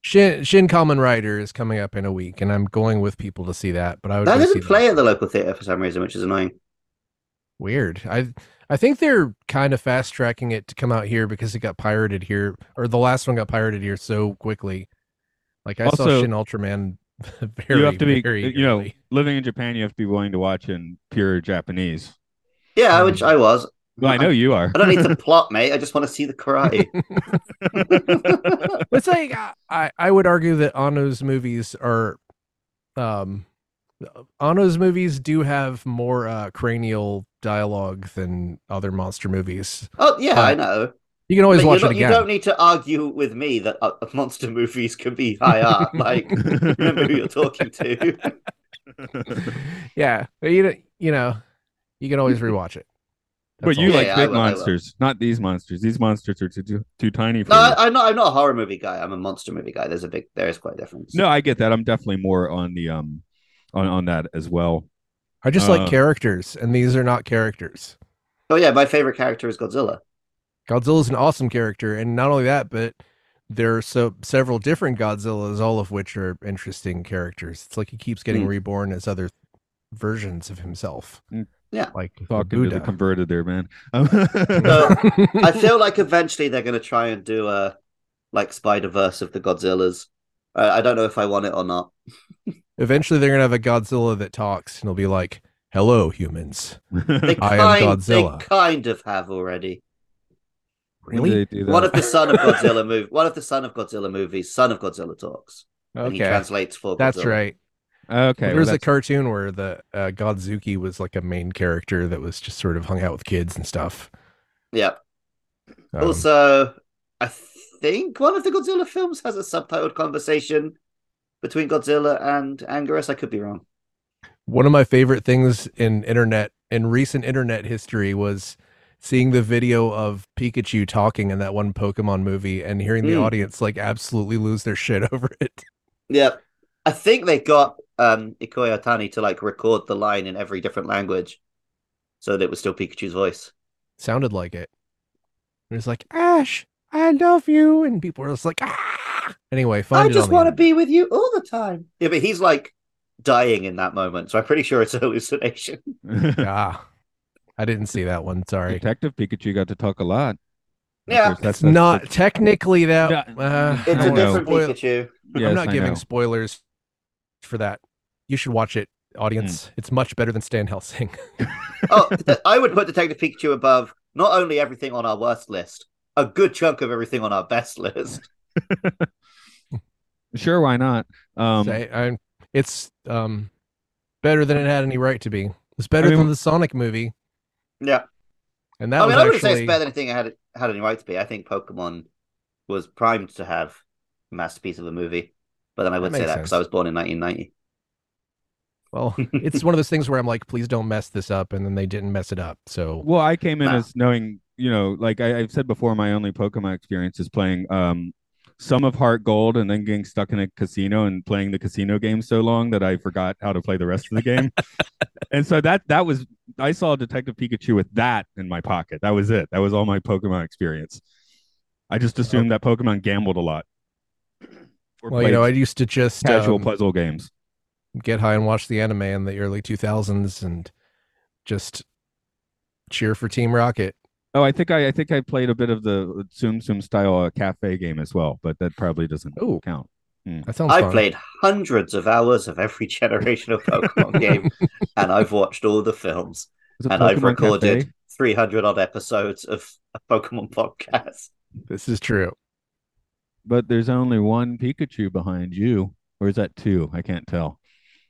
Speaker 4: Shin Shin Kamen Rider is coming up in a week, and I'm going with people to see that. But I would
Speaker 2: That
Speaker 4: go see
Speaker 2: doesn't play
Speaker 4: that.
Speaker 2: at the local theatre for some reason, which is annoying.
Speaker 4: Weird. I I think they're kind of fast tracking it to come out here because it got pirated here, or the last one got pirated here so quickly. Like I saw
Speaker 3: Also,
Speaker 4: Shin Ultraman. Very,
Speaker 3: you have to be,
Speaker 4: very
Speaker 3: you know,
Speaker 4: early.
Speaker 3: living in Japan, you have to be willing to watch in pure Japanese.
Speaker 2: Yeah, which I was.
Speaker 3: Hmm. Well, I know you are.
Speaker 2: I don't need the plot, mate. I just want to see the karate.
Speaker 4: But it's like I- I, I would argue that Ano's movies are, um, Ano's movies do have more uh, cranial dialogue than other monster movies.
Speaker 2: oh yeah, I know.
Speaker 4: You can always
Speaker 2: But
Speaker 4: watch
Speaker 2: you're
Speaker 4: it
Speaker 2: not- you
Speaker 4: again.
Speaker 2: don't need to argue with me that uh, monster movies can be high art. Like, remember who you're talking to.
Speaker 4: yeah, but you don't- you know, you can always rewatch it.
Speaker 3: but
Speaker 4: That's
Speaker 3: you
Speaker 4: all.
Speaker 2: Yeah,
Speaker 3: like
Speaker 2: yeah, I
Speaker 3: big
Speaker 2: will, I will.
Speaker 3: monsters, not these monsters. These monsters are too too, too tiny for
Speaker 2: No,
Speaker 3: you.
Speaker 2: I, I'm not. I'm not a horror movie guy. I'm a monster movie guy. There's a big. There is quite a difference.
Speaker 3: No, I get that. I'm definitely more on the um on on that as well.
Speaker 4: I just
Speaker 3: uh,
Speaker 4: like characters, and these are not characters.
Speaker 2: Oh yeah, my favorite character is Godzilla.
Speaker 4: Godzilla's an awesome character, and not only that, but there are so several different Godzillas, all of which are interesting characters. It's like he keeps getting
Speaker 2: Hmm.
Speaker 4: reborn as other versions of himself.
Speaker 3: Hmm.
Speaker 2: Yeah.
Speaker 4: like the
Speaker 3: Talking to the
Speaker 4: Buddha.
Speaker 3: converted there, man. Um,
Speaker 2: I feel like eventually they're going to try and do a like Spider Verse of the Godzillas. Uh, I don't know if I want it or not.
Speaker 4: Eventually, they're gonna have a Godzilla that talks, and he'll be like, "Hello, humans."
Speaker 2: They
Speaker 4: I am
Speaker 2: kind,
Speaker 4: Godzilla.
Speaker 2: They kind of have already.
Speaker 3: They do that.
Speaker 2: One of the son of Godzilla move. One of the son of Godzilla movies. Son of Godzilla talks, and he
Speaker 4: Okay,
Speaker 2: translates for.
Speaker 4: that's
Speaker 2: Godzilla.
Speaker 4: right.
Speaker 3: okay,
Speaker 4: There
Speaker 3: well,
Speaker 4: was a
Speaker 3: that's-
Speaker 4: cartoon where the uh, Godzuki was like a main character that was just sort of hung out with kids and stuff.
Speaker 2: Yeah.
Speaker 4: Um,
Speaker 2: Also, I think one of the Godzilla films has a subtitled conversation between Godzilla and Angerus. I could be wrong.
Speaker 4: One of my favorite things in internet in recent internet history was seeing the video of Pikachu talking in that one Pokemon movie and hearing the
Speaker 2: Mm.
Speaker 4: audience like absolutely lose their shit over it.
Speaker 2: Yep. I think they got um Ikoy Otani to like record the line in every different language so that it was still Pikachu's voice.
Speaker 4: Sounded like it. It was like Ash, I love you, and people were just like, ah. Anyway, find
Speaker 2: I
Speaker 4: it
Speaker 2: just
Speaker 4: want to
Speaker 2: be with you all the time. Yeah, but he's like dying in that moment, so I'm pretty sure it's a hallucination.
Speaker 4: Ah, I didn't see that one. Sorry.
Speaker 3: Detective Pikachu got to talk a lot. Of
Speaker 2: Yeah.
Speaker 3: course, that's,
Speaker 4: It's
Speaker 3: that's-
Speaker 4: not
Speaker 3: that's-
Speaker 4: technically that.
Speaker 3: Yeah,
Speaker 4: uh,
Speaker 3: it's
Speaker 4: I
Speaker 3: a
Speaker 2: It's a
Speaker 4: don't wanna
Speaker 2: different
Speaker 4: spoil-
Speaker 2: Pikachu.
Speaker 3: Yes,
Speaker 4: I'm not
Speaker 3: I
Speaker 4: giving
Speaker 3: know.
Speaker 4: spoilers for that. You should watch it, audience.
Speaker 3: Hmm.
Speaker 4: It's much better than Stan Helsing.
Speaker 2: Oh, th- I would put Detective Pikachu above not only everything on our worst list, a good chunk of everything on our best list.
Speaker 3: Sure, why not? Um,
Speaker 4: So I- I'm- it's um, better than it had any right to be. It's better
Speaker 3: mean-
Speaker 4: than the Sonic movie,
Speaker 2: Yeah.
Speaker 4: and that
Speaker 2: I mean, I
Speaker 4: was
Speaker 2: wouldn't say
Speaker 4: actually
Speaker 2: it's better than anything I had had any right to be. I think Pokemon was primed to have a masterpiece of a movie, but then I
Speaker 4: That
Speaker 2: would say
Speaker 4: makes
Speaker 2: that because
Speaker 4: sense.
Speaker 2: I was born in 1990.
Speaker 4: well. It's one of those things where I'm like, please don't mess this up, and then they didn't mess it up. So
Speaker 3: Well, I came in
Speaker 2: Nah.
Speaker 3: as knowing, you know, like I, I've said before, my only Pokemon experience is playing um some of Heart Gold and then getting stuck in a casino and playing the casino game so long that I forgot how to play the rest of the game. and so that that was I saw Detective Pikachu with that in my pocket. That was it. That was all my Pokemon experience. I just assumed that Pokemon gambled a lot. Or
Speaker 4: well, you know, I
Speaker 3: played
Speaker 4: used to just
Speaker 3: casual
Speaker 4: um,
Speaker 3: puzzle games.
Speaker 4: get high and watch the anime in the early 2000s and just cheer for Team Rocket.
Speaker 3: Oh, I think I, I think I played a bit of the Tsum Tsum style uh, cafe game as well, but that probably doesn't
Speaker 4: Ooh.
Speaker 3: count.
Speaker 4: That sounds.
Speaker 2: I
Speaker 4: fun.
Speaker 2: played hundreds of hours of every generation of Pokemon game, and I've watched all the films,
Speaker 3: Was it
Speaker 2: and I've
Speaker 3: Pokemon
Speaker 2: recorded
Speaker 3: Cafe?
Speaker 2: 300 odd episodes of a Pokemon podcast.
Speaker 4: This is true.
Speaker 3: but there's only one Pikachu behind you, or is that two? I can't tell.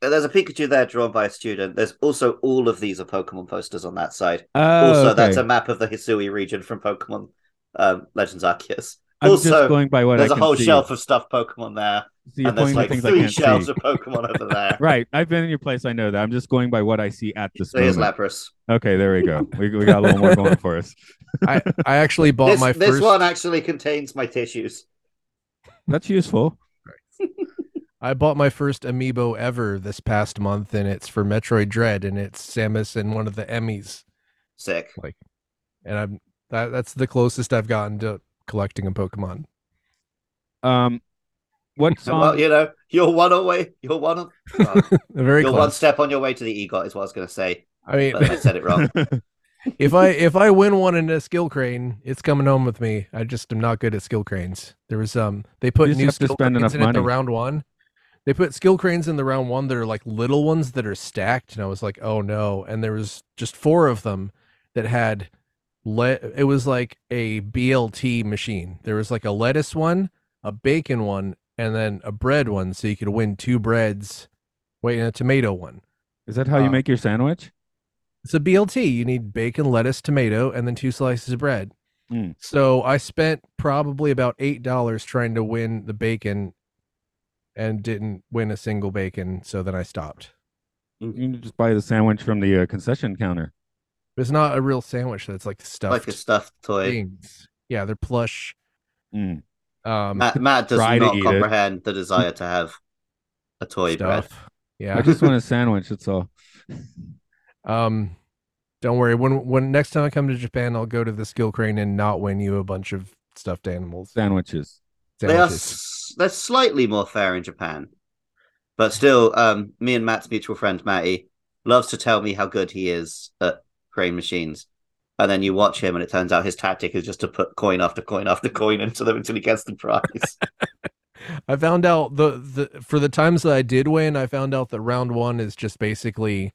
Speaker 2: There's a Pikachu there drawn by a student. There's also all of these are Pokemon posters on that side.
Speaker 3: Oh,
Speaker 2: also,
Speaker 3: okay.
Speaker 2: that's a map of the Hisui region from Pokemon um, Legends Arceus.
Speaker 3: I'm
Speaker 2: also,
Speaker 3: just going by what I
Speaker 2: There's a
Speaker 3: can
Speaker 2: whole
Speaker 3: see.
Speaker 2: shelf of stuffed Pokemon there,
Speaker 3: So you're
Speaker 2: and there's
Speaker 3: pointing at
Speaker 2: like
Speaker 3: things I
Speaker 2: three
Speaker 3: can't
Speaker 2: shelves
Speaker 3: see.
Speaker 2: of Pokemon over there.
Speaker 3: Right, I've been in your place. I know that. I'm just going by what I see at this
Speaker 2: So here's
Speaker 3: moment.
Speaker 2: Lapras.
Speaker 3: Okay, there we go. We, we got a little more going for us.
Speaker 4: I I actually bought
Speaker 2: This,
Speaker 4: my
Speaker 2: this
Speaker 4: first.
Speaker 2: one actually contains my tissues.
Speaker 3: That's useful.
Speaker 4: I bought my first amiibo ever this past month, and it's for Metroid Dread, and it's Samus and one of the Emmys,
Speaker 2: Sick.
Speaker 4: and I'm that, that's the closest I've gotten to collecting a Pokemon.
Speaker 3: Um, what song?
Speaker 2: well, you know, you're one away. You're one. Of, well,
Speaker 4: Very
Speaker 2: you're one
Speaker 4: close.
Speaker 2: step on your way to the EGOT, is what I was going to say,
Speaker 4: I mean,
Speaker 2: but I said it wrong.
Speaker 4: if I if I win one in a skill crane, it's coming home with me. I just am not good at skill cranes. There was um they put
Speaker 3: You just
Speaker 4: new
Speaker 3: have to
Speaker 4: skill
Speaker 3: spend
Speaker 4: cranes
Speaker 3: enough
Speaker 4: in at the
Speaker 3: money.
Speaker 4: round one. They put skill cranes in the round one that are like little ones that are stacked, and I was like, oh no! And there was just four of them that had let it was like a BLT machine. There was like a lettuce one, a bacon one, and then a bread one, so you could win two breads. Wait, and a tomato one.
Speaker 3: Is that how you
Speaker 4: Uh,
Speaker 3: make your sandwich?
Speaker 4: It's a BLT. You need bacon, lettuce, tomato, and then two slices of bread.
Speaker 3: Mm.
Speaker 4: So I spent probably about eight dollars trying to win the bacon, and didn't win a single bacon. So then I stopped.
Speaker 3: You can just buy the sandwich from the uh, concession counter.
Speaker 4: It's not a real sandwich. That's like
Speaker 2: like
Speaker 4: stuffed
Speaker 2: a stuffed toy.
Speaker 4: things. Yeah, they're plush.
Speaker 3: Mm.
Speaker 4: Um,
Speaker 2: Matt, Matt does
Speaker 3: Try to eat
Speaker 2: not
Speaker 3: it.
Speaker 2: comprehend the desire to have a toy bread.
Speaker 4: stuff. Yeah.
Speaker 3: I just want a sandwich. That's all.
Speaker 4: Um, don't worry. When when next time I come to Japan, I'll go to the skill crane and not win you a bunch of stuffed animals.
Speaker 3: Sandwiches.
Speaker 2: They are
Speaker 4: sandwiches.
Speaker 2: s- they're slightly more fair in Japan, but still, um, me and Matt's mutual friend Matty loves to tell me how good he is at crane machines, and then you watch him, and it turns out his tactic is just to put coin after coin after coin into them until he gets the prize.
Speaker 4: I found out the, the for the times that I did win, I found out that round one is just basically,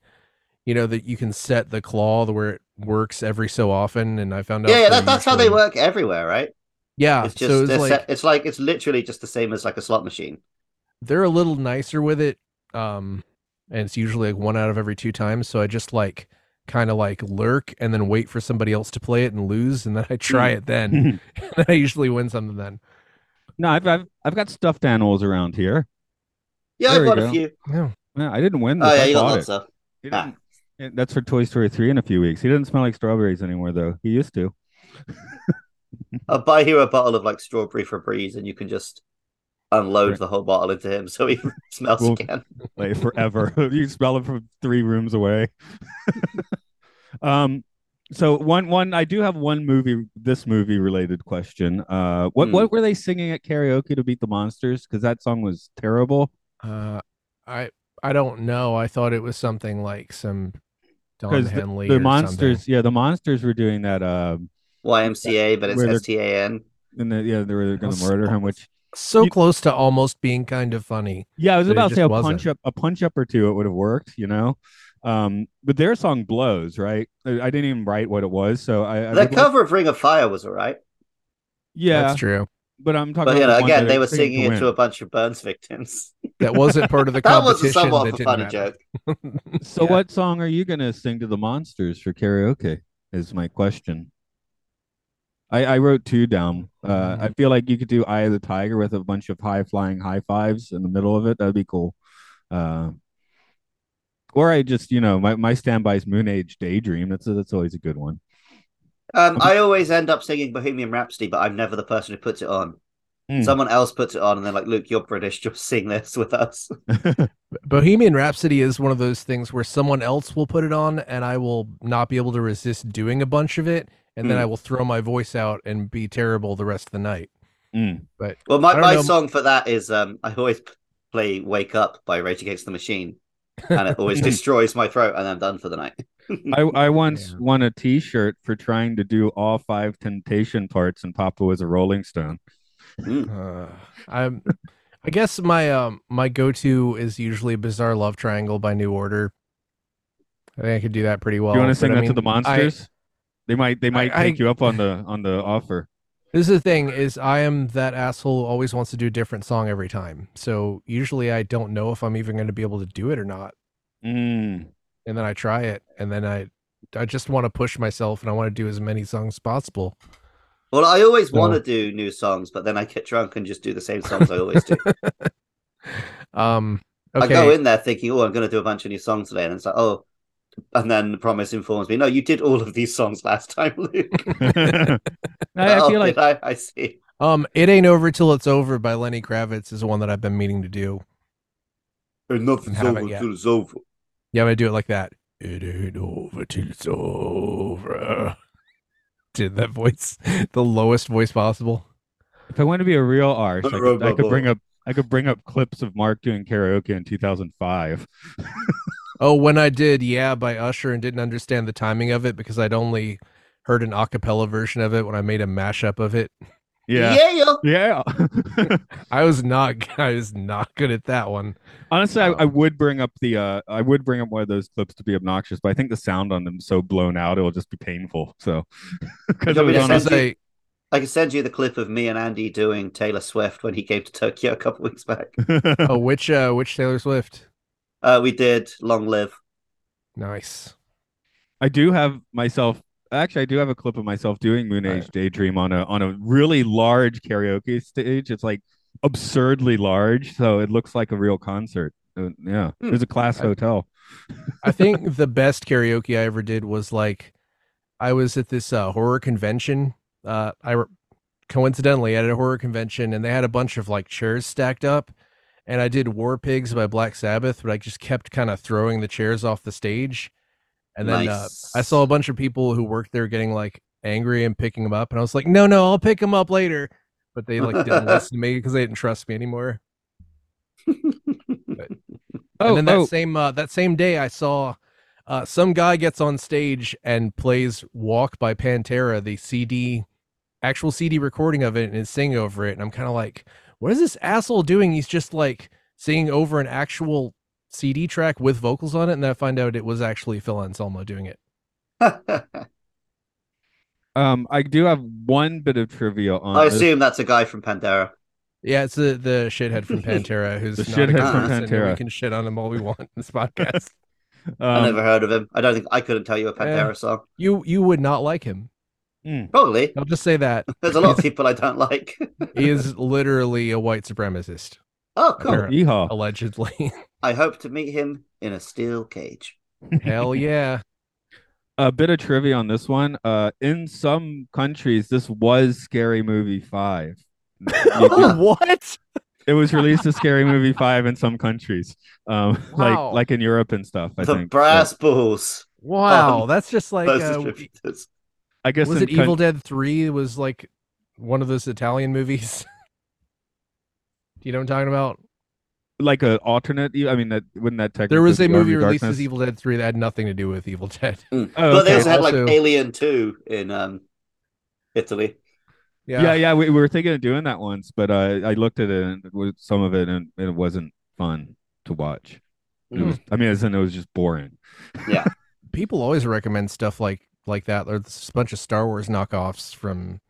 Speaker 4: you know, that you can set the claw the where it works every so often, and I found out.
Speaker 2: yeah, yeah,
Speaker 4: they're
Speaker 2: that, that's how they
Speaker 4: usually-
Speaker 2: work everywhere, right?
Speaker 3: Ah,
Speaker 4: Yeah,
Speaker 2: it's just
Speaker 4: so it's
Speaker 2: they're
Speaker 4: like
Speaker 2: set- it's like it's literally just the same as like a slot machine.
Speaker 4: they're a little nicer with it, um, and it's usually like one out of every two times. So I just like kind of like lurk and then wait for somebody else to play it and lose, and then I try it then. and then I usually win something then.
Speaker 3: No, I've, I've I've got stuffed animals around here.
Speaker 2: Yeah,
Speaker 3: There
Speaker 2: I've
Speaker 3: we
Speaker 2: got
Speaker 3: go.
Speaker 2: a few.
Speaker 4: Yeah.
Speaker 3: Yeah, I didn't win. This.
Speaker 2: Oh yeah,
Speaker 3: I
Speaker 2: you got
Speaker 3: bought
Speaker 2: lots
Speaker 3: it.
Speaker 2: of.
Speaker 3: He
Speaker 2: Ah.
Speaker 3: didn't- and That's for Toy Story three in a few weeks. He doesn't smell like strawberries anymore, though. He used to.
Speaker 2: I'll buy you a bottle of like strawberry Febreze, and you can just unload
Speaker 3: Right.
Speaker 2: the whole bottle into him so he smells
Speaker 3: Well,
Speaker 2: again.
Speaker 3: like forever. you smell it from three rooms away. um, so one one I do have one movie this movie related question. Uh, what
Speaker 2: Hmm.
Speaker 3: what were they singing at karaoke to beat the monsters? Because that song was terrible.
Speaker 4: Uh, I I don't know. I thought it was something like some Don
Speaker 3: Because
Speaker 4: Henley.
Speaker 3: the,
Speaker 4: or
Speaker 3: monsters,
Speaker 4: something.
Speaker 3: yeah, the monsters were doing that. Um,
Speaker 2: YMCA, but it's
Speaker 3: Where they're-
Speaker 2: S T A N.
Speaker 3: and the, yeah, they were going
Speaker 4: was
Speaker 3: to murder him, which
Speaker 4: So
Speaker 3: You-
Speaker 4: close to almost being kind of funny.
Speaker 3: Yeah, I was
Speaker 4: but it
Speaker 3: about to say
Speaker 4: just
Speaker 3: a
Speaker 4: wasn't.
Speaker 3: punch up, a punch up or two, it would have worked, you know. Um, but their song blows, right? I I didn't even write what it was, so I, I
Speaker 2: The
Speaker 3: would like-
Speaker 2: cover of Ring of Fire was all right,
Speaker 3: yeah,
Speaker 4: That's true.
Speaker 3: but I'm talking.
Speaker 2: but you
Speaker 3: about
Speaker 2: know,
Speaker 3: the one
Speaker 2: again,
Speaker 3: that
Speaker 2: they
Speaker 3: are
Speaker 2: were singing
Speaker 3: to
Speaker 2: it to a
Speaker 3: win.
Speaker 2: bunch of Burns victims.
Speaker 4: That wasn't part of the
Speaker 2: That was a
Speaker 4: competition.
Speaker 2: somewhat of a
Speaker 4: didn't
Speaker 2: funny
Speaker 4: matter.
Speaker 2: joke.
Speaker 3: So
Speaker 4: yeah.
Speaker 3: what song are you gonna sing to the monsters for karaoke? Is my question. I, I wrote two down. Uh,
Speaker 4: Mm-hmm.
Speaker 3: I feel like you could do "Eye of the Tiger" with a bunch of high flying high fives in the middle of it. That'd be cool. Uh, or I just, you know, my, my standby is Moon Age Daydream. That's that's always a good one.
Speaker 2: Um, I always end up singing Bohemian Rhapsody, but I'm never the person who puts it on.
Speaker 3: Hmm.
Speaker 2: Someone else puts it on, and they're like, "Luke, you're British. Just sing this with us."
Speaker 4: Bohemian Rhapsody is one of those things where someone else will put it on, and I will not be able to resist doing a bunch of it, and then
Speaker 3: Mm.
Speaker 4: I will throw my voice out and be terrible the rest of the night.
Speaker 3: Mm.
Speaker 2: Well,
Speaker 4: I
Speaker 2: my,
Speaker 4: don't
Speaker 2: my
Speaker 4: know.
Speaker 2: song for that is um, I always p- play "Wake Up" by Rage Against the Machine, and it always destroys my throat, and I'm done for the night.
Speaker 3: I, I once
Speaker 4: Yeah.
Speaker 3: won a T-shirt for trying to do all five Temptation parts, and Papa was a Rolling Stone.
Speaker 4: Uh, I'm. I guess my um my go to is usually Bizarre Love Triangle by New Order. I think I could do that pretty well.
Speaker 3: do you want to
Speaker 4: but
Speaker 3: sing
Speaker 4: I
Speaker 3: that to
Speaker 4: mean,
Speaker 3: the monsters? they might they might
Speaker 4: I-
Speaker 3: take
Speaker 4: I-
Speaker 3: you up on the on the offer.
Speaker 4: This is the thing is I am that asshole who always wants to do a different song every time. So usually I don't know if I'm even going to be able to do it or not,
Speaker 3: Mm.
Speaker 4: and then I try it, and then I I just want to push myself and I want to do as many songs as possible.
Speaker 2: Well, I always
Speaker 4: So-
Speaker 2: want to do new songs, but then I get drunk and just do the same songs I always do.
Speaker 4: Um.
Speaker 2: I go
Speaker 4: Okay.
Speaker 2: in there thinking, oh, I'm going to do a bunch of new songs today. And it's like, oh. And then the promise informs me, no, you did all of these songs last time, Luke.
Speaker 3: I, I
Speaker 2: Oh,
Speaker 3: feel like
Speaker 2: did I, I see.
Speaker 4: Um. It ain't over till it's over by Lenny Kravitz is one that I've been meaning to do.
Speaker 2: And nothing's
Speaker 4: Haven't
Speaker 2: over
Speaker 4: yet.
Speaker 2: until it's over.
Speaker 4: Yeah, I'm gonna do it like that. It ain't over till it's over. Did that voice, the lowest voice possible.
Speaker 3: if I wanted to be a real arse, I could, I could bring
Speaker 2: Horrible.
Speaker 3: up I could bring up clips of Mark doing karaoke in 2005.
Speaker 4: Oh, when I did Yeah by Usher and didn't understand the timing of it because I'd only heard an a cappella version of it when I made a mashup of it.
Speaker 3: Yeah, yeah.
Speaker 4: I was not I was not good at that one.
Speaker 3: Honestly, I, I
Speaker 4: Um,
Speaker 3: would bring up the uh, I would bring up one of those clips to be obnoxious, but I think the sound on them is so blown out it'll just be painful. So because it
Speaker 2: want me
Speaker 3: was
Speaker 2: to
Speaker 3: on a,
Speaker 2: send
Speaker 4: Because I,
Speaker 2: I can send you the clip of me and Andy doing Taylor Swift when he came to Tokyo a couple weeks back.
Speaker 4: oh which uh which Taylor Swift?
Speaker 2: Uh, we did Long Live.
Speaker 4: Nice.
Speaker 3: I do have myself actually I do have a clip of myself doing Moon
Speaker 4: Right.
Speaker 3: Age Daydream on a on a really large karaoke stage. It's like absurdly large, so it looks like a real concert. Uh, yeah,
Speaker 2: Hmm.
Speaker 3: it was a class
Speaker 4: I-
Speaker 3: hotel.
Speaker 4: I think the best karaoke I ever did was like I was at this uh, horror convention. Uh, I re- coincidentally at a horror convention, and they had a bunch of like chairs stacked up, and I did War Pigs by Black Sabbath, but I just kept kind of throwing the chairs off the stage, and then uh,
Speaker 2: Nice.
Speaker 4: I saw a bunch of people who worked there getting like angry and picking them up, and I was like, no, no, I'll pick them up later, but they like didn't listen to me because they didn't trust me anymore.
Speaker 2: Oh,
Speaker 3: Oh,
Speaker 4: and then that same uh, that same day, I saw uh, some guy gets on stage and plays "Walk" by Pantera, the CD, actual CD recording of it, and is singing over it. And I'm kind of like, what is this asshole doing? He's just like singing over an actual CD track with vocals on it, and then I find out it was actually Phil Anselmo doing it.
Speaker 3: Um, I do have one bit of trivia on
Speaker 2: oh, I
Speaker 3: this.
Speaker 2: assume that's a guy from Pandera.
Speaker 4: Yeah, it's the the shithead from Pantera who's
Speaker 3: The
Speaker 4: not a
Speaker 3: shithead
Speaker 2: from
Speaker 4: guy, and We
Speaker 3: Pantera.
Speaker 4: can shit on him all we want in this podcast.
Speaker 3: Um,
Speaker 2: I never heard of him. I don't think I couldn't tell you a Pandera
Speaker 4: Yeah.
Speaker 2: song.
Speaker 4: you you would not like him.
Speaker 2: Probably.
Speaker 4: I'll just say that
Speaker 2: There's a lot of people I don't like.
Speaker 4: he is literally a white supremacist.
Speaker 2: oh, cool.
Speaker 4: Apparently.
Speaker 3: yeehaw.
Speaker 4: allegedly.
Speaker 2: I hope to meet him in a steel cage.
Speaker 4: Hell yeah.
Speaker 3: a bit of trivia on this one. Uh, in some countries, this was Scary Movie Five. You-
Speaker 4: what?
Speaker 3: it was released as Scary Movie Five in some countries, um,
Speaker 4: Wow.
Speaker 3: like like in Europe and stuff. I
Speaker 2: the
Speaker 3: think but
Speaker 2: brass balls.
Speaker 4: Wow,
Speaker 2: Um,
Speaker 4: that's just like
Speaker 2: Those
Speaker 4: uh,
Speaker 2: distributors.
Speaker 3: I guess
Speaker 4: was
Speaker 3: in
Speaker 4: it
Speaker 3: coun-
Speaker 4: Evil Dead 3 was like one of those Italian movies? Do you know what I'm talking about?
Speaker 3: like an alternate. e- I mean, that wouldn't that technically
Speaker 4: There was
Speaker 3: be
Speaker 4: a movie
Speaker 3: Army
Speaker 4: released
Speaker 3: Darkness?
Speaker 4: as Evil Dead 3 that had nothing to do with Evil Dead.
Speaker 3: Oh,
Speaker 2: But they
Speaker 3: okay.
Speaker 2: also had like
Speaker 4: Also-
Speaker 2: Alien 2 in um, Italy.
Speaker 3: yeah, yeah, we, we were thinking of doing that once, but uh, I looked at it and it was- some of it, and it wasn't fun to watch. It
Speaker 4: Mm.
Speaker 3: was, I mean, as in it was just boring.
Speaker 4: People always recommend stuff like like that. There's a bunch of Star Wars knockoffs from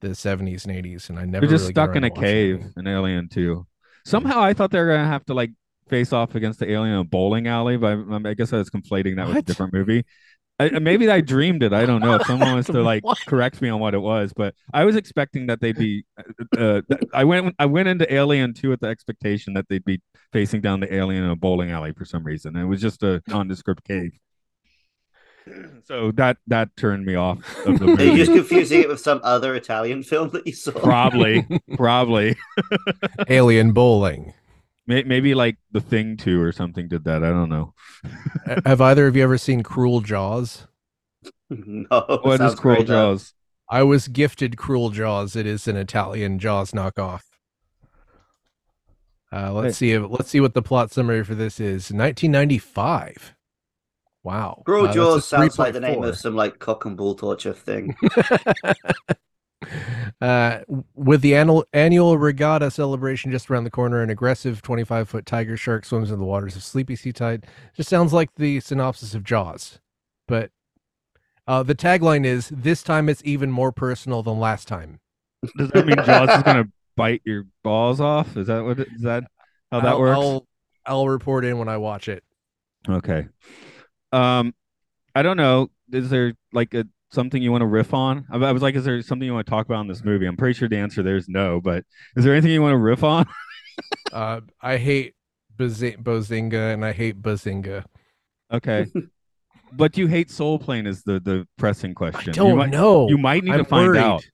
Speaker 4: the 70s and 80s, and I never
Speaker 3: They're just
Speaker 4: really got
Speaker 3: stuck in
Speaker 4: around
Speaker 3: a
Speaker 4: to watching
Speaker 3: cave
Speaker 4: them.
Speaker 3: in Alien 2. Somehow I thought they were going to have to like face off against the alien in a bowling alley, but I, I guess I was conflating that with a
Speaker 4: What?
Speaker 3: different movie. I, I- maybe I dreamed it. I don't know. If someone wants to like
Speaker 4: What?
Speaker 3: correct me on what it was, but I was expecting that they'd be. Uh, th- I went. I went into Alien Two with the expectation that they'd be facing down the alien in a bowling alley for some reason. It was just a nondescript cave. So that that turned me off of the
Speaker 2: Are you just
Speaker 3: movie.
Speaker 2: confusing it with some other Italian film that you saw?
Speaker 3: probably, probably.
Speaker 4: Alien Bowling.
Speaker 3: May- Maybe like the Thing Two or something did that. I don't know.
Speaker 4: A- Have either of you ever seen Cruel Jaws?
Speaker 2: no.
Speaker 3: What is
Speaker 2: sounds
Speaker 3: Cruel
Speaker 2: great, though.
Speaker 3: Jaws?
Speaker 4: I was gifted Cruel Jaws. It is an Italian Jaws knockoff. Uh, let's see. If, let's see what the plot summary for this is. 1995. Wow.
Speaker 2: Bro
Speaker 4: Uh, that's a
Speaker 2: Jaws sounds like the name
Speaker 4: 3.4.
Speaker 2: of some like cock and bull torture thing.
Speaker 4: uh, with the annual, annual regatta celebration just around the corner, an aggressive 25 foot tiger shark swims in the waters of Sleepy Sea Tide. Just sounds like the synopsis of Jaws. But uh, the tagline is this time it's even more personal than last time.
Speaker 3: Does that mean Jaws is gonna bite your balls off? Is that what? Is that how that
Speaker 4: I'll-
Speaker 3: works?
Speaker 4: I'll, I'll report in when I watch it.
Speaker 3: Okay. Um, I don't know. Is there like a something you want to riff on? I, I was like, is there something you want to talk about in this movie? I'm pretty sure the answer there is no, but is there anything you want to riff on?
Speaker 4: Uh, I hate Bazi- Bozinga and I hate Bazinga.
Speaker 3: okay. But you hate Soul Plane is the the pressing
Speaker 4: I
Speaker 3: question.
Speaker 4: don't
Speaker 3: you might,
Speaker 4: know.
Speaker 3: You might need
Speaker 4: I'm
Speaker 3: to find
Speaker 4: worried.
Speaker 3: out.